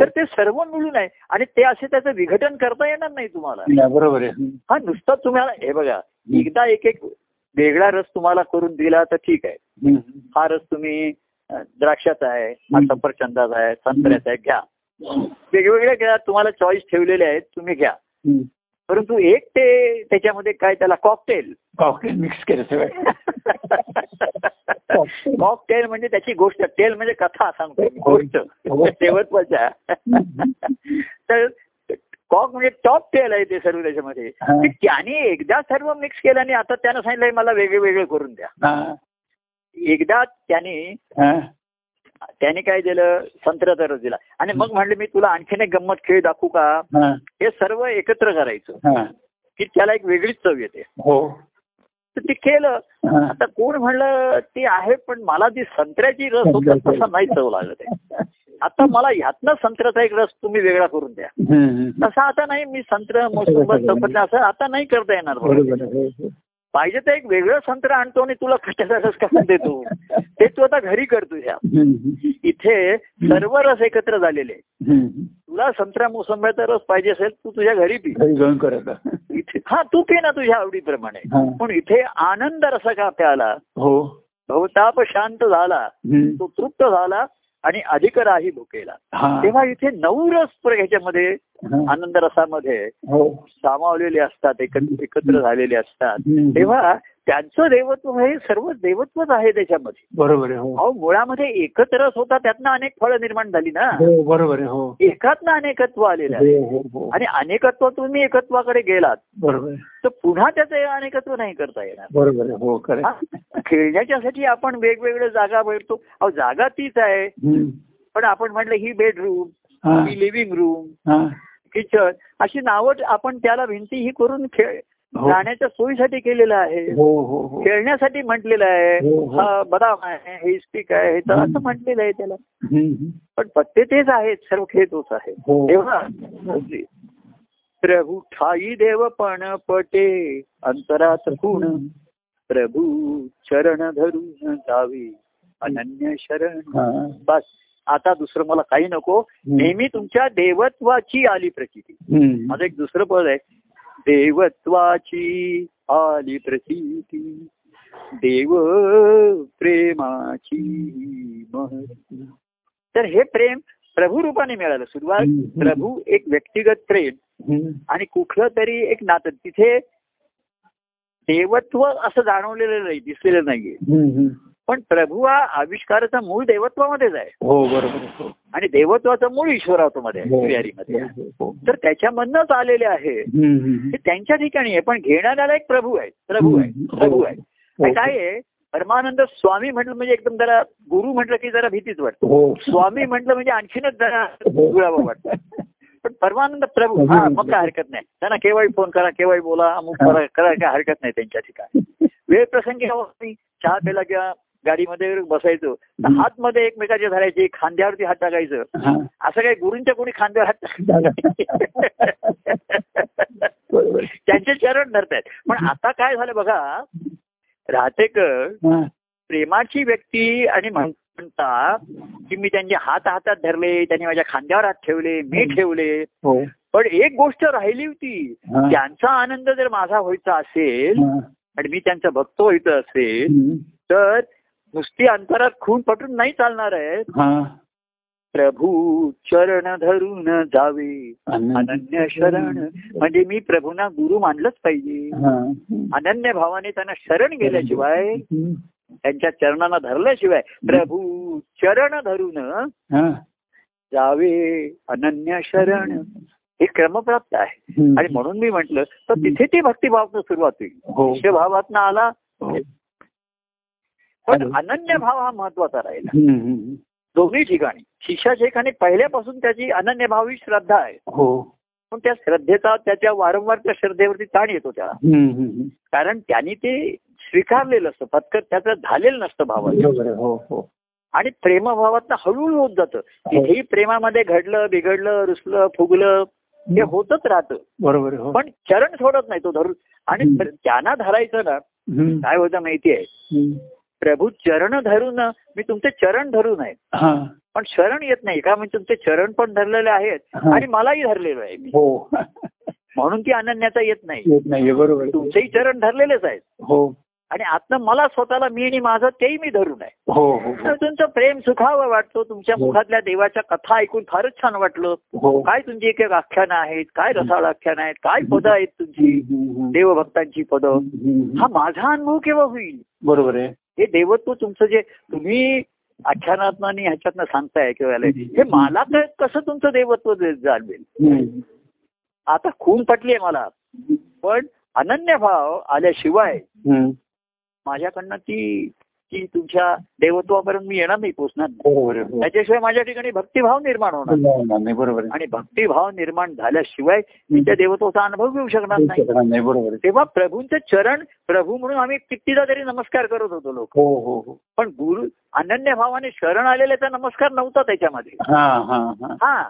तर ते सर्व मिळून आहे आणि ते असे त्याचं विघटन करता येणार नाही तुम्हाला
या, बरोबर आहे हम्म.
हा नुसता तुम्हाला हे बघा एकदा एक एक वेगळा रस तुम्हाला करून दिला तर ठीक आहे
हम्म.
हा रस तुम्ही अ, द्राक्षाचा आहे हा सफरचंदाचा आहे संत्र्याचा आहे घ्या वेगवेगळ्या घ्या तुम्हाला चॉईस ठेवलेले आहेत तुम्ही घ्या
हम्म.
परंतु एक ते त्याच्यामध्ये काय त्याला कॉकटेल
कॉकटेल मिक्स केलं सगळं
कॉकटेल म्हणजे त्याची गोष्ट टेल म्हणजे कथा सांगतो मी,
हो.
गोष्ट
हो.
शेवटच्या तर कॉक म्हणजे टॉप टेल आहे ते सर्व त्याच्यामध्ये
हा.
ते त्याने एकदा सर्व मिक्स केलं आणि आता त्यानं सांगितलंय मला वेगवेगळे करून द्या
हा,
एकदा त्याने
हा.
त्याने काय दिलं संत्र्याचा रस दिला आणि मग म्हणलं मी तुला आणखीन एक गंमत खेळ दाखवू का
हा,
हे सर्व एकत्र करायचं
हा.
की त्याला एक वेगळीच चव येते
हो
तर ते केलं
हा.
आता कोण म्हणलं ते आहे पण मला जी संत्र्याची रस होता तसा नाही चव लागत आहे. आता मला ह्यातनं संत्र्याचा एक रस तुम्ही वेगळा करून द्या
हम्म, हम्म.
तसा आता नाही मी संत्र मोसंब सफरचंद असं आता नाही करता येणार मला.
बरोबर आहे हो, हो.
पाहिजे तर एक वेगळं संत्र आणतो आणि तुला खट्याचा रस करून देतो ते तू आता घरी कर तुझ्या
हम्म, हम्म.
इथे सर्व रस एकत्र झालेले आहेत.
हम्म.
तुला संत्रा मोसंब्याचा रस पाहिजे असेल तू तुझ्या घरी पी
घरी जाऊन करत
इथे हा तू पी ना तुझ्या आवडीप्रमाणे
हा.
पण इथे आनंद रस का प्याला
हो
भवताप शांत झाला
हम्म.
तो तृप्त झाला आणि अधिक राही भुकेला
हा.
तेव्हा इथे नऊ रस प्र- ह्याच्यामध्ये
हा.
आनंद रसामध्ये
हो
सामावलेले असतात एक- एकत्र झालेले असतात
हम्म.
तेव्हा त्यांचं देवत्व हे सर्व देवत्वच आहे त्याच्यामध्ये
बरोबर आहे हो
अहो मुळामध्ये एकत्रच होता त्यातनं अनेक फळं निर्माण झाली ना
हो बरोबर आहे हो
एकातनं अनेकत्व आलेलं आहे
हो हो हो
आणि अनेकत्व तुम्ही एकत्वाकडे गेलात
बरोबर आहे.
तर पुन्हा त्याचं अनेकत्व नाही करता येणार
बरोबर आहे हो खरं आहे.
हा? खेळण्याच्यासाठी आपण वेगवेगळ्या जागा मिळतो अहो जागा तीच आहे
हम्म.
पण आपण म्हटलं ही बेडरूम
हा,
ही लिव्हिंग रूम
हा.
किचन अशी नावं आपण त्याला भिंती ही करून खेळ
हो.
जाण्याच्या सोयीसाठी केलेलं आहे
हो हो हो
खेळण्यासाठी म्हटलेलं आहे
हो, हो.
हा बदाम आहे हे स्टिक आहे हे तर
हम्म.
असं म्हटलेलं आहे त्याला
हम्म, हम्म.
पण पत्ते तेच आहेत सर्व खेळ तोच आहे
हो.
तेव्हा प्रभू ठाई देव पण पटे अंतरात गुण प्रभू चरण धरून जावी अनन्य शरण
हा.
बस आता दुसरं मला काही नको नेहमी तुमच्या देवत्वाची आली प्रचिती
हम्म.
माझं एक दुसरं पद आहे देवत्वाची आली प्रचिती देव प्रेमाची महती. तर हे प्रेम प्रभू रूपाने मिळालं सुरुवात
हम्म.
प्रभू एक व्यक्तिगत प्रेम
हम्म.
आणि कुठलं तरी एक नातं तिथे देवत्व असं जाणवलेलं नाही दिसलेलं नाहीये
हम्म, हम्म.
पण प्रभू हा आविष्काराचा मूळ देवत्वामध्येच आहे
हो बरोबर आहे, हो.
आणि देवत्वाचं मूळ ईश्वरातमध्ये
हो.
आहे पुजारीमध्ये आहे.
हो, हो.
तर त्याच्यामधनच आलेले आहे
हम्म, हम्म.
ते त्यांच्या ठिकाणी आहे पण घेणाऱ्याला एक प्रभू आहे प्रभू आहे
हम्म.
प्रभू आहे
हो.
आणि काय आहे परमानंद स्वामी म्हटलं म्हणजे एकदम जरा गुरु म्हटलं की जरा भीतीच वाटते
हो
स्वामी म्हटलं म्हणजे आणखीनच जरा
हो.
जुळावं वाटतं पण परमानंद प्रभू हा मग काय हरकत नाही त्यांना केव्हाही फोन करा केव्हाही बोला अमुक करा करा काय हरकत नाही त्यांच्या ठिकाणी वेळ प्रसंगी हवा असली, चहा प्यायला किंवा गाडीमध्ये बसायचो तर हात मध्ये एकमेकाचे धरायचे खांद्यावरती हात टाकायचं
हा.
असं काही गुरूंच्या कोणी खांद्यावर हात
हो,
टाकत
बरोबर आहे.
त्यांचे चरण धरतायत पण आता काय झालं बघा राहतेकर
हा.
प्रेमाची व्यक्ती आणि म्हणता की मी त्यांचे हात हातात धरले त्यांनी माझ्या खांद्यावर हात ठेवले मी ठेवले
हो
पण एक गोष्ट राहिली होती
हा.
त्यांचा आनंद जर माझा व्हायचा असेल
हा.
आणि मी त्यांचा भक्त व्हायचं असेल
हम्म.
तर नुसती अंतरात खून पटून नाही चालणार आहे
हा.
प्रभू चरण धरून जावे अनन्य शरण म्हणजे मी प्रभूंना गुरु मानलंच पाहिजे
हा.
अनन्य भावाने त्यांना शरण गेल्याशिवाय
हम्म.
त्यांच्या चरणांना धरल्याशिवाय प्रभू चरण धरून
हा.
जावे अनन्य शरण हे क्रमप्राप्त आहे
हम्म.
आणि म्हणून मी म्हंटल तर तिथे ते भक्तिभावातून सुरुवात होईल
हो
भावातनं आला
हो.
पण अनन्य भाव हा महत्वाचा राहिला
हम्म, हम्म.
दोन्ही ठिकाणी शिष्या ठिकाणी पहिल्यापासून त्याची अनन्य भावी श्रद्धा आहे
हो
पण त्या श्रद्धेचा त्याच्या वारंवार त्या श्रद्धेवरती ताण येतो त्याला
हम्म, हम्म.
कारण त्याने ते स्वीकारलेलं असतं पत्कर त्याचं झालेलं नसतं भावाचं
बरोबर आहे. हो हो
आणि प्रेमभावातनं हळूहळू होत जातं तिथेही प्रेमामध्ये घडलं बिघडलं रुसलं फुगलं हे होतच राहतं
बरोबर आहे. हो
पण चरण सोडत नाही तो धरून आणि
हम्म.
प्र- त्यांना धरायचं ना
हम्म,
काय होतं माहितीये
हम्म.
प्रभू चरण धरून मी तुमचे चरण धरून आहे
हा
पण शरण येत नाही का म्हणजे तुमचे चरण पण धरलेले आहेत
हा.
आणि मलाही धरलेलो आहे मी
हो
म्हणून ती अनन्याचा येत नाही
येत नाहीये बरोबर आहे.
तुमचेही चरण धरलेलेच आहेत
हो
आणि आतनं मला स्वतःला मी आणि माझं तेही मी धरून आहे
हो हो
तर तुमचं प्रेम सुखावं वाटतो तुमच्या
हो.
मुखातल्या देवाच्या कथा ऐकून फारच छान वाटलं
हो
काय तुमची एक एक आख्यानं आहेत काय रसाळ आख्यानं आहेत काय पदं आहेत तुमची
हम्म,
देवभक्तांची पदं
हम्म, हम्म.
हा माझा अनुभव केव्हा होईल
बरोबर आहे
हे देवत्व तुमचं जे तुम्ही आख्यानातनं आणि ह्याच्यातनं सांगताय किंवा याला, हे मला क- कसं तुमचं देवत्व जे- जाणवेल
हम्म.
आता खून पटली आहे मला पण अनन्य भाव आल्याशिवाय
हम्म.
माझ्याकडनं ती ती तुमच्या देवत्वापर्यंत मी येणार नाही पोचणार नाही.
बरोबर आहे. हो.
त्याच्याशिवाय माझ्या ठिकाणी भक्तिभाव निर्माण होणार
नाही, नाही, नाही, बरोबर आहे.
आणि भक्तिभाव निर्माण झाल्याशिवाय मी त्या देवत्वाचा अनुभव घेऊ शकणार
हो,
नाही
नाही बरोबर आहे.
तेव्हा प्रभूंचे चरण प्रभू म्हणून आम्ही कितीदा तरी नमस्कार करत होतो लोक
हो हो हो
पण गुरु अनन्य भावाने शरण आलेल्याचा नमस्कार नव्हता त्याच्यामध्ये
हा हा हा
हा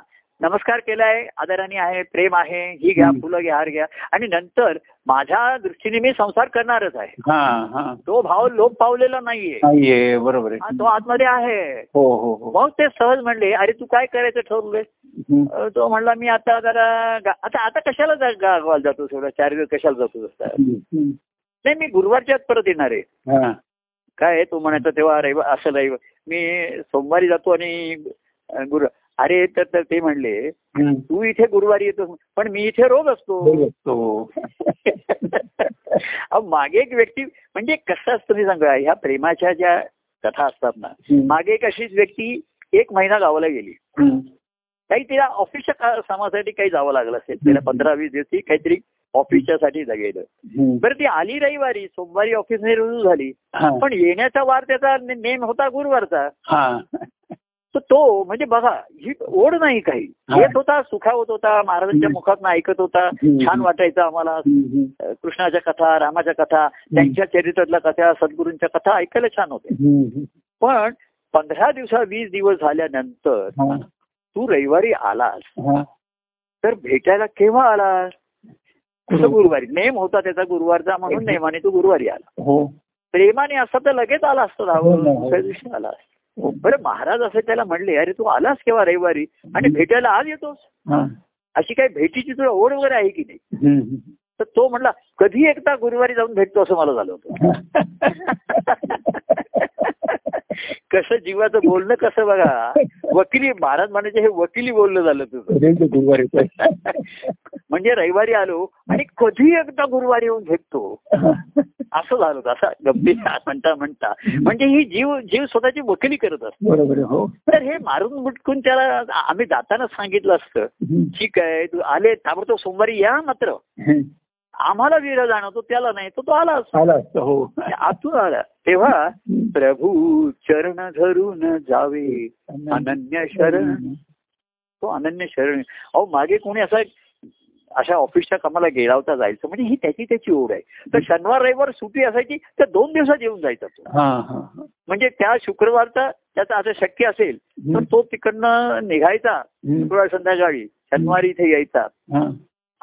नमस्कार केलाय आदराने आहे प्रेम आहे ही घ्या
हम्म.
फुलं घ्या हार घ्या आणि नंतर माझ्या दृष्टीने मी संसार करणारच आहे
हा हा
तो भाव लोप पावलेला नाहीये
नाहीये बरोबर
हा,
आहे
तो आतमध्ये आहे
हो हो हो
मग ते सहज म्हणले अरे तू काय करायचं ठरवलंय
हम्म.
अं, तो म्हणला मी आता जरा गा- आता आता कशाला जा- गावाला जातो एवढा चार दिवस कशाला जातो
हम्म.
नाही मी गुरुवारच्या आत परत येणार आहे
हा
काय आहे? तो म्हणायचा तेव्हा रविवार असं रविवार मी सोमवारी जातो आणि अं, गुरु अरे तर तर ते म्हणले
हम्म.
तू इथे गुरुवारी येतो पण मी इथे रोज असतो
बरोबर. हो.
अहो, मागे एक व्यक्ती म्हणजे कसं असतं मी सांगा ह्या प्रेमाच्या ज्या कथा असतात ना
음,
मागे एक अशीच व्यक्ती एक महिना गावाला गेली
음,
काही तिला ऑफिसच्या का- कामासाठी काही जावं लागलं असेल तिला पंधरा वीस दिवस ती काहीतरी ऑफिसच्या साठी गेलं
음.
बरं ती आली रविवारी सोमवारी ऑफिसने रुजू झाली पण येण्याचा वार त्याचा ने- नेम होता गुरुवारचा तर तो म्हणजे बघा ही ओढ नाही काही
हा.
येत होता सुखा होत होता महाराजांच्या
हम्म.
मुखात ऐकत होता
हम्म.
छान वाटायचं आम्हाला
음,
अ, कृष्णाच्या कथा रामाच्या कथा त्यांच्या चरित्रातल्या कथा सद्गुरूंच्या कथा ऐकायला छान होते
음,
पण पंधरा दिवसा वीस दिवस झाल्यानंतर तू रविवारी आलास तर भेटायला केव्हा आलास तर गुरुवारी नेम होता त्याचा गुरुवारचा म्हणून नेमाने तू गुरुवारी आला
हो
प्रेमाने असता तर लगेच आला असतो
हो ना,
धावून
हो.
दुसऱ्या दिवशी आला असता. बरं महाराज असे त्याला म्हणले अरे तू आलास केव्हा रविवारी आणि भेटायला आज येतोस
हा.
अशी काही भेटीची तुला ओढ वगैरे आहे की नाही
हम्म.
तर तो म्हणला कधी एकदा गुरुवारी जाऊन भेटतो असं मला झालं होतं कसं जीवाचं बोलणं कसं बघा वकिली महाराज म्हणायचे हे वकिली बोलणं झालं तुझं
रेल्वे गुरुवारी पण.
म्हणजे रविवारी आलो आणि कधी एकदा गुरुवारी येऊन भेटतो असं झालं होतं असं गंभीर म्हणता म्हणता म्हणजे ही जीव जीव स्वतःची वकिली करत असतो
बरोबर आहे, हो
तर हे मारून मुटकून त्याला आ- आम्ही जाताना सांगितलं असतं
हम्म.
ठीक आहे तू आले ताबडतोब सोमवारी या मात्र
हम्म.
आम्हाला विरा जाणवतो त्याला नाही तो तो आलाच
आला असता, हो
आतून आला तेव्हा प्रभू चरण धरून जावे अनन्य शरण
음,
तो अनन्य शरण अहो मागे कोणी असा अशा ऑफिसच्या कामाला गेला होता जायचं म्हणजे ही त्याची त्याची ओढ आहे तर शनिवार रविवार सुट्टी असायची तर दोन दिवसात येऊन जायचा तो
हा हा हा.
म्हणजे त्या शुक्रवारचा त्याचा आता शक्य असेल
음,
तर तो तिकडनं निघायचा
हम्म.
शुक्रवार संध्याकाळी शनिवारी इथे यायचा
हा.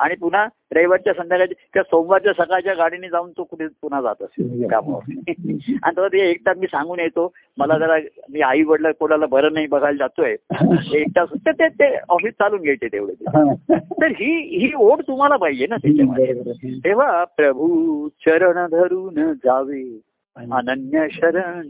आणि पुन्हा रविवारच्या संध्याकाळी त्या सोमवारच्या सकाळच्या गाडीने जाऊन तो कुठे पुन्हा जात
हो.
असेल कामावर
음,
आणि तेव्हा ते एकटा मी सांगून येतो मला जरा मी आई वडला कोणाला बरं नाही बघायला जातोय एकटा सुद्धा ते ते ऑफिस चालून घ्यायचे तेवढे ते.
हा.
तर ही ही ओढ तुम्हाला पाहिजे ना त्याच्यामध्ये
बरोबर आहे.
तेव्हा प्रभू चरण धरून जावे अनन्य शरण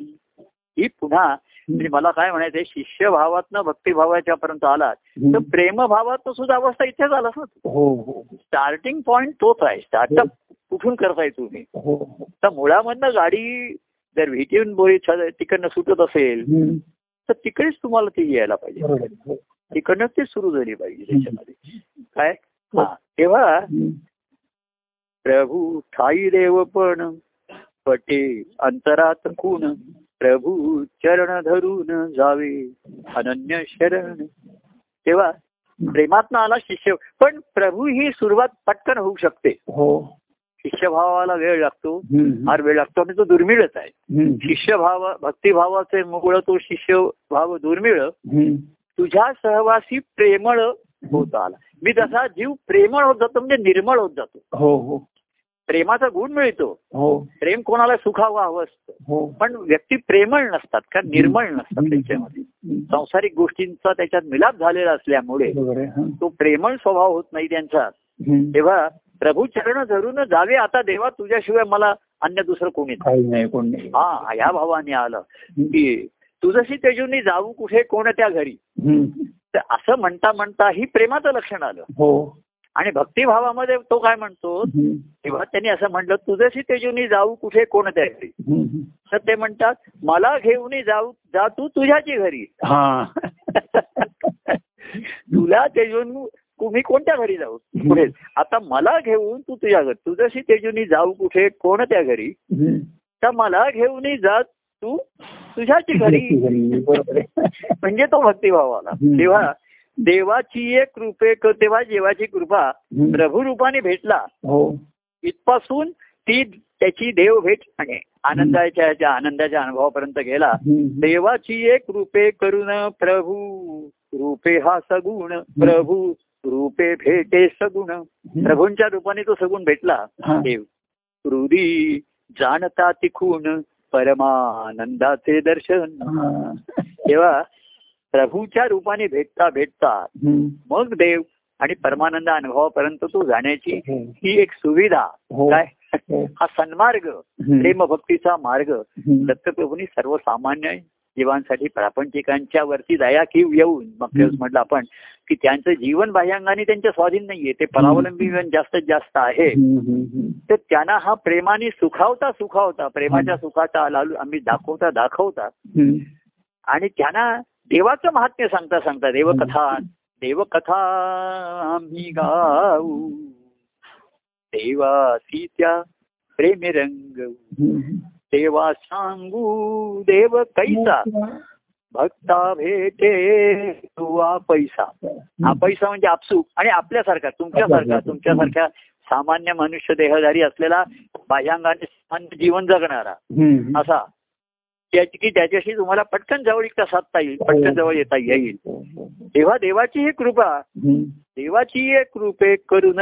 ही पुन्हा म्हणजे मला काय म्हणायचंय शिष्यभावातनं भक्तिभावाच्या पर्यंत आला तर
हम्म.
प्रेमभावात सुद्धा अवस्था इथेच आलास ना तू.
हो हो
स्टार्टिंग पॉईंट तोच आहे स्टार्टअप कुठून करताय तुम्ही
हो हो.
तर मुळामधनं गाडी जर व्हिटीन बोरी तिकडनं सुटत असेल
हम्म.
तर तिकडेच तुम्हाला ती यायला पाहिजे
बरोबर आहे, हो.
तिकडनं ते सुरू झाली पाहिजे त्याच्यामध्ये काय हा तेव्हा
हम्म.
प्रभू ठाई देव पण पटे अंतरात खून प्रभू चरण धरून जावे अनन्य शरण तेव्हा प्रेमातनं आला शिष्य पण प्रभू ही सुरुवात पटकन होऊ शकते
हो
शिष्यभावाला वेळ लागतो
हम्म.
फार वेळ लागतो आणि तो दुर्मिळच आहे
हम्म.
शिष्यभाव भक्तिभावाचे मुळ तो शिष्यभाव दुर्मिळ
हम्म.
तुझ्या सहवासी प्रेमळ होत आला मी तसा जीव प्रेमळ होत जातो म्हणजे निर्मळ होत जातो
हो हो
प्रेमाचा गुण मिळतो
हो
प्रेम कोणाला सुखावं हवं असतं
हो
पण व्यक्ती प्रेमळ नसतात का निर्मळ नसतात त्यांच्यामध्ये
हम्म.
संसारिक गोष्टींचा त्याच्यात मिलाप झालेला असल्यामुळे
बरोबर आहे, हा.
तो प्रेमळ स्वभाव होत नाही त्यांचा
हम्म.
तेव्हा प्रभू चरण धरून जावे आता देवा तुझ्याशिवाय मला अन्य दुसरं कोणी नाही.
काही नाही कोण नाही
हा या भावाने आलं की तुझशी तेजूनी जाऊ कुठे कोण त्या घरी
हम्म.
तर असं म्हणता म्हणता ही प्रेमाचं लक्षण आलं
हो
आणि भक्तिभावामध्ये तो काय म्हणतो
हम्म.
तेव्हा त्यांनी असं म्हटलं तुझशी तेजूनी जाऊ कुठे कोण त्या घरी
हम्म.
तर ते म्हणतात मला घेऊन जाऊ जा तू तुझ्याची घरी
हा
तुला तेजून तुम्ही कोणत्या घरी जाऊ कुठे आता मला घेऊन तू तुझ्या घरी तुझशी तेजूनी जाऊ कुठे कोण त्या घरी
हम्म.
तर मला घेऊन जा तू तुझ्याची घरी
घरी, घरी. बरोबर आहे.
म्हणजे तो भक्तिभाव आला
हम्म.
तेव्हा देवाची एक कृपे क- तेव्हा देवाची कृपा
हम्म.
प्रभू रूपाने भेटला
हो
इथपासून ती त्याची देव भेट आणि आनंदाच्या ह्याच्या- आनंदाच्या अनुभवापर्यंत गेला
हम्म.
देवाची एक रूपे करून प्रभू रूपे हा सगुण प्रभू रूपे भेटे सगुण प्रभूंच्या रूपाने तो सगुण भेटला
हा.
देव हृदी जाणता तिखून परमानंदाचे दर्शन
हा.
तेव्हा प्रभूच्या रूपाने भेटता भेटता
हम्म.
मग देव आणि परमानंद अनुभवापर्यंत तो जाण्याची
हो.
ही एक सुविधा
हो.
काय
हो.
हा सन्मार्ग
हम्म.
प्रेमभक्तीचा मार्ग
हम्म.
दत्तप्रभूंनी सर्वसामान्य जीवांसाठी प्रापंचिकांच्या वरती दया कीव येऊन मग तेच
हम्म.
म्हटलं आपण की त्यांचं जीवन बाह्यांगाने त्यांच्या स्वाधीन नाहीये ते परावलंबी जीवन जास्तीत जास्त आहे
हम्म, हम्म, हम्म.
तर त्यांना हा प्रेमाने सुखावता सुखावता प्रेमाच्या सुखाचा लालू आम्ही दाखवता दाखवता
हम्म.
आणि त्यांना देवाचं महात्म्य सांगता सांगता देवकथा देवकथा आम्ही गाऊ देवासी त्या प्रेमी रंग
हम्म.
देवा सांगू देव कैसा भक्ता भेटे तुवा पैसा हा पैसा म्हणजे आपसू आणि आपल्यासारखा तुमच्यासारखा तुमच्यासारख्या सामान्य मनुष्य देहधारी असलेला बाह्यांगाने सामान्य जीवन जगणारा
हम्म.
असा त्याची की त्याच्याशी तुम्हाला पटकन जवळीकता साधता येईल पटकन जवळ येता येईल तेव्हा देवाची ही कृपा
हम्म.
देवाची ही कृपे करुण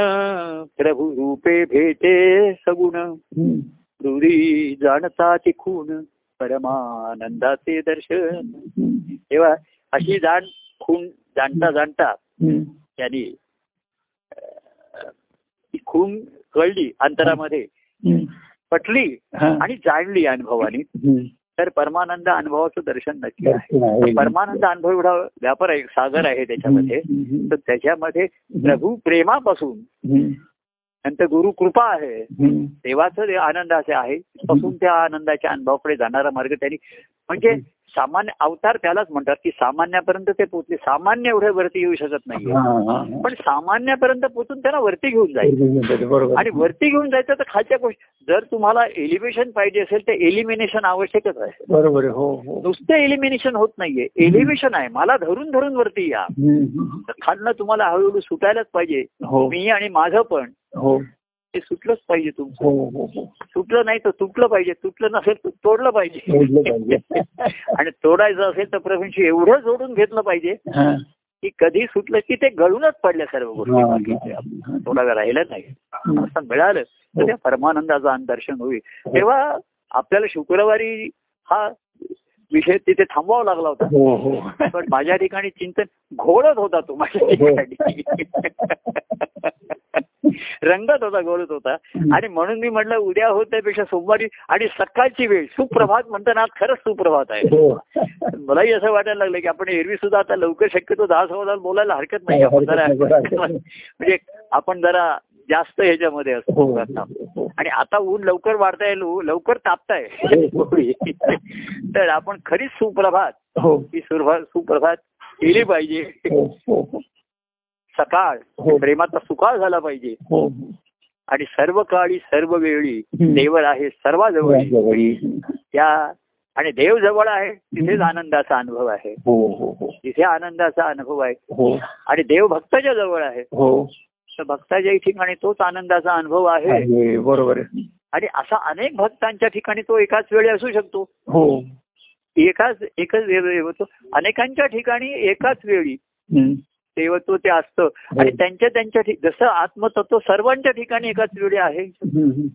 प्रभू रूपे भेटे सगुण
हम्म.
दुरी जाणता ती खूण परमानंदाचे दर्शन
हम्म.
तेव्हा अशी जाण खूण जाणता जाणता
हम्म.
त्यांनी अं, ती खूण कळली अंतरामध्ये
हम्म.
पटली
हा.
आणि जाणली अनुभवाने
हम्म.
तर परमानंद अनुभवाचं दर्शन नक्की आहे
दर्शन आहे.
परमानंद अनुभव एवढा व्यापार आहे सागर आहे त्याच्यामध्ये
हम्म.
तर त्याच्यामध्ये प्रभू प्रेमापासून
हम्म.
नंतर गुरु कृपा आहे
हम्म.
देवाचं जे आनंदाचे आहे पासून त्या आनंदाच्या अनुभवाकडे जाणारा मार्ग त्यांनी म्हणजे सामान्य अवतार त्यालाच म्हणतात की सामान्यापर्यंत ते पोहोचले सामान्य एवढ्या वरती येऊ शकत नाहीये
हा, हा, हा.
पण सामान्यापर्यंत पोहोचून त्यांना वरती घेऊन जाईल
बरोबर
आणि वरती घेऊन जायचं तर खालच्या गोष्टी जर तुम्हाला एलिव्हेशन पाहिजे असेल तर एलिमिनेशन आवश्यकच आहे
बरोबर आहे. हो हो
नुसतं एलिमिनेशन होत नाहीये एलिव्हेशन आहे मला धरून धरून वरती या
हम्म.
तर खालनं तुम्हाला हळूहळू सुटायलाच पाहिजे
हो
मी आणि माझं पण
हो
ते सुटलंच पाहिजे तुमचं
हो हो हो
सुटलं नाही तर तुटलं पाहिजे तुटलं नसेल तर तोडलं पाहिजे
जोडलं पाहिजे
आणि तोडायचं असेल तर प्रभूंशी एवढं जोडून घेतलं पाहिजे
हा.
की कधी सुटलं की ते गळूनच पडल्या सर्व गोष्टी बाकीच्या.
हा.
थोडा वेळ राहिलं नाही
हम्म.
असं मिळालं तर
हो.
त्या परमानंदाचं आणि दर्शन होईल तेव्हा आपल्याला शुक्रवारी हा विषय तिथे थांबवावा लागला होता
हो हो
पण माझ्या ठिकाणी चिंतन घोळत होता तो माझ्या
हो.
ठिकाणी रंगत होता घोळत होता आणि म्हणून मी म्हटलं उद्या होत त्यापेक्षा सोमवारी आणि सकाळची वेळ सुप्रभात म्हणताना आज खरंच सुप्रभात आहे
हो
मलाही असं वाटायला लागलं की आपण एरवी सुद्धा आता लवकर शक्यतो दहा सव्वा दहा बोलायला हरकत नाही आपण जरा म्हणजे आपण जरा जास्त ह्याच्यामध्ये
हो
असतो
हो.
आणि आता ऊन लवकर वाढताय लू- लवकर तापताय तर आपण खरीच सुप्रभात
हो
ही सुरभा सुप्रभात केली पाहिजे
हो हो हो
सकाळ
हो.
प्रेमाचा सुकाळ झाला पाहिजे
हो
आणि सर्व काळी सर्व वेळी
हम्म.
देवर आहे
हो.
सर्वाजवळ
जवळी.
त्या आणि देव जवळ आहे तिथेच आनंदाचा अनुभव आहे
हो हो हो
तिथे आनंदाचा अनुभव आहे
हो
आणि देव भक्ताच्या जवळ आहे
हो
तर भक्ताच्या ठिकाणी तोच आनंदाचा अनुभव आहे
आहे. बरोबर आहे.
आणि असा अनेक भक्तांच्या ठिकाणी तो एकाच वेळी असू शकतो
हो
एकाच एकच वेळ होतो अनेकांच्या ठिकाणी एकाच वेळी
हम्म.
देवत्व ते असतं
हो.
आणि त्यांच्या त्यांच्या ठिक- जसं आत्मतत्व सर्वांच्या ठिकाणी एकाच वेळी आहे
हम्म, हम्म.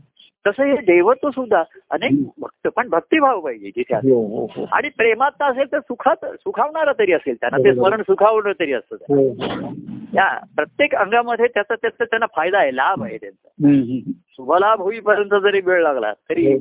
तसं हे देवत्व सुद्धा अनेक भक्त पण भक्तिभाव पाहिजे जिथे आहे.
हो हो हो
आणि प्रेमात असेल तर सुखात सुखावणारा तरी असेल त्यांना ते स्मरण सुखावलं तरी असतं त्यांना.
हो
या प्रत्येक अंगामध्ये त्याचा त्याचा त्यांना फायदा आहे लाभ आहे त्यांचा
हम्म, हम्म. हो,
शुभलाभ होईपर्यंत जरी वेळ लागला तरी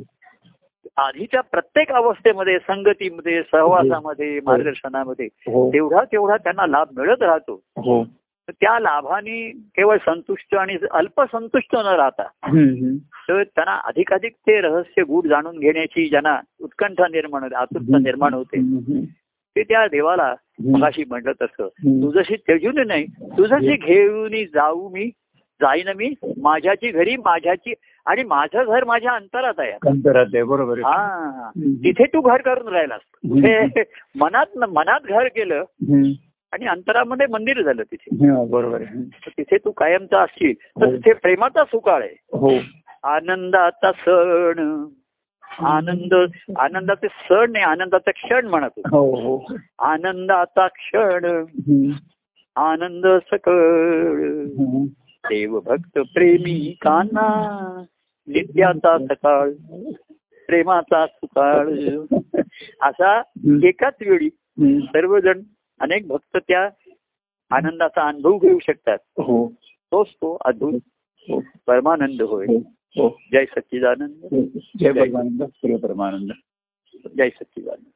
आधीच्या प्रत्येक अवस्थेमध्ये संगतीमध्ये सहवासामध्ये मार्गदर्शनामध्ये
हो
तेवढा तेवढा त्यांना लाभ मिळत राहतो
हो
तर त्या लाभाने केवळ संतुष्ट आणि अल्पसंतुष्ट न राहता
हम्म, हम्म.
तर त्यांना अधिकाधिक ते रहस्य गूढ जाणून घेण्याची ज्यांना उत्कंठा निर्माण होते आतुरता निर्माण होते
हम्म, हम्म.
ते त्या देवाला
हम्म.
मगाशी म्हटलं तसं
हम्म.
तुझशी त्यजून नाही तुझशी घेऊन जाऊ मी जाईन मी माझ्याची घरी माझ्याची आणि माझं घर माझ्या अंतरात आहे
अंतरात आहे बरोबर आहे.
हा
हम्म.
तिथे तू घर करून राहिलास
हम्म.
कुठे मनात मनात घर केलं
हम्म.
आणि अंतरामध्ये मंदिर झालं तिथे
हा, बरोबर आहे.
तर तिथे तू कायमचा असशील तर
हो.
तिथे प्रेमाचा सुकाळ आहे
हो
आनंदाचा सण आनंद आनंदाचे सण नाही आनंदाचा क्षण म्हणत होते.
हो हो
आनंदाचा क्षण
हम्म.
आनंद सकळ
हम्म.
देवभक्त प्रेमी काना नित्याचा सकाळ प्रेमाचा सुकाळ असा एकाच वेळी
हम्म.
सर्वजण अनेक भक्त त्या आनंदाचा अनुभव घेऊ शकतात
हो
तोच तो अद्भुत
हो
परमानंद होय
हो हो
जय सच्चिदानंद
जय परमानंद प्रिय परमानंद
जय सच्चिदानंद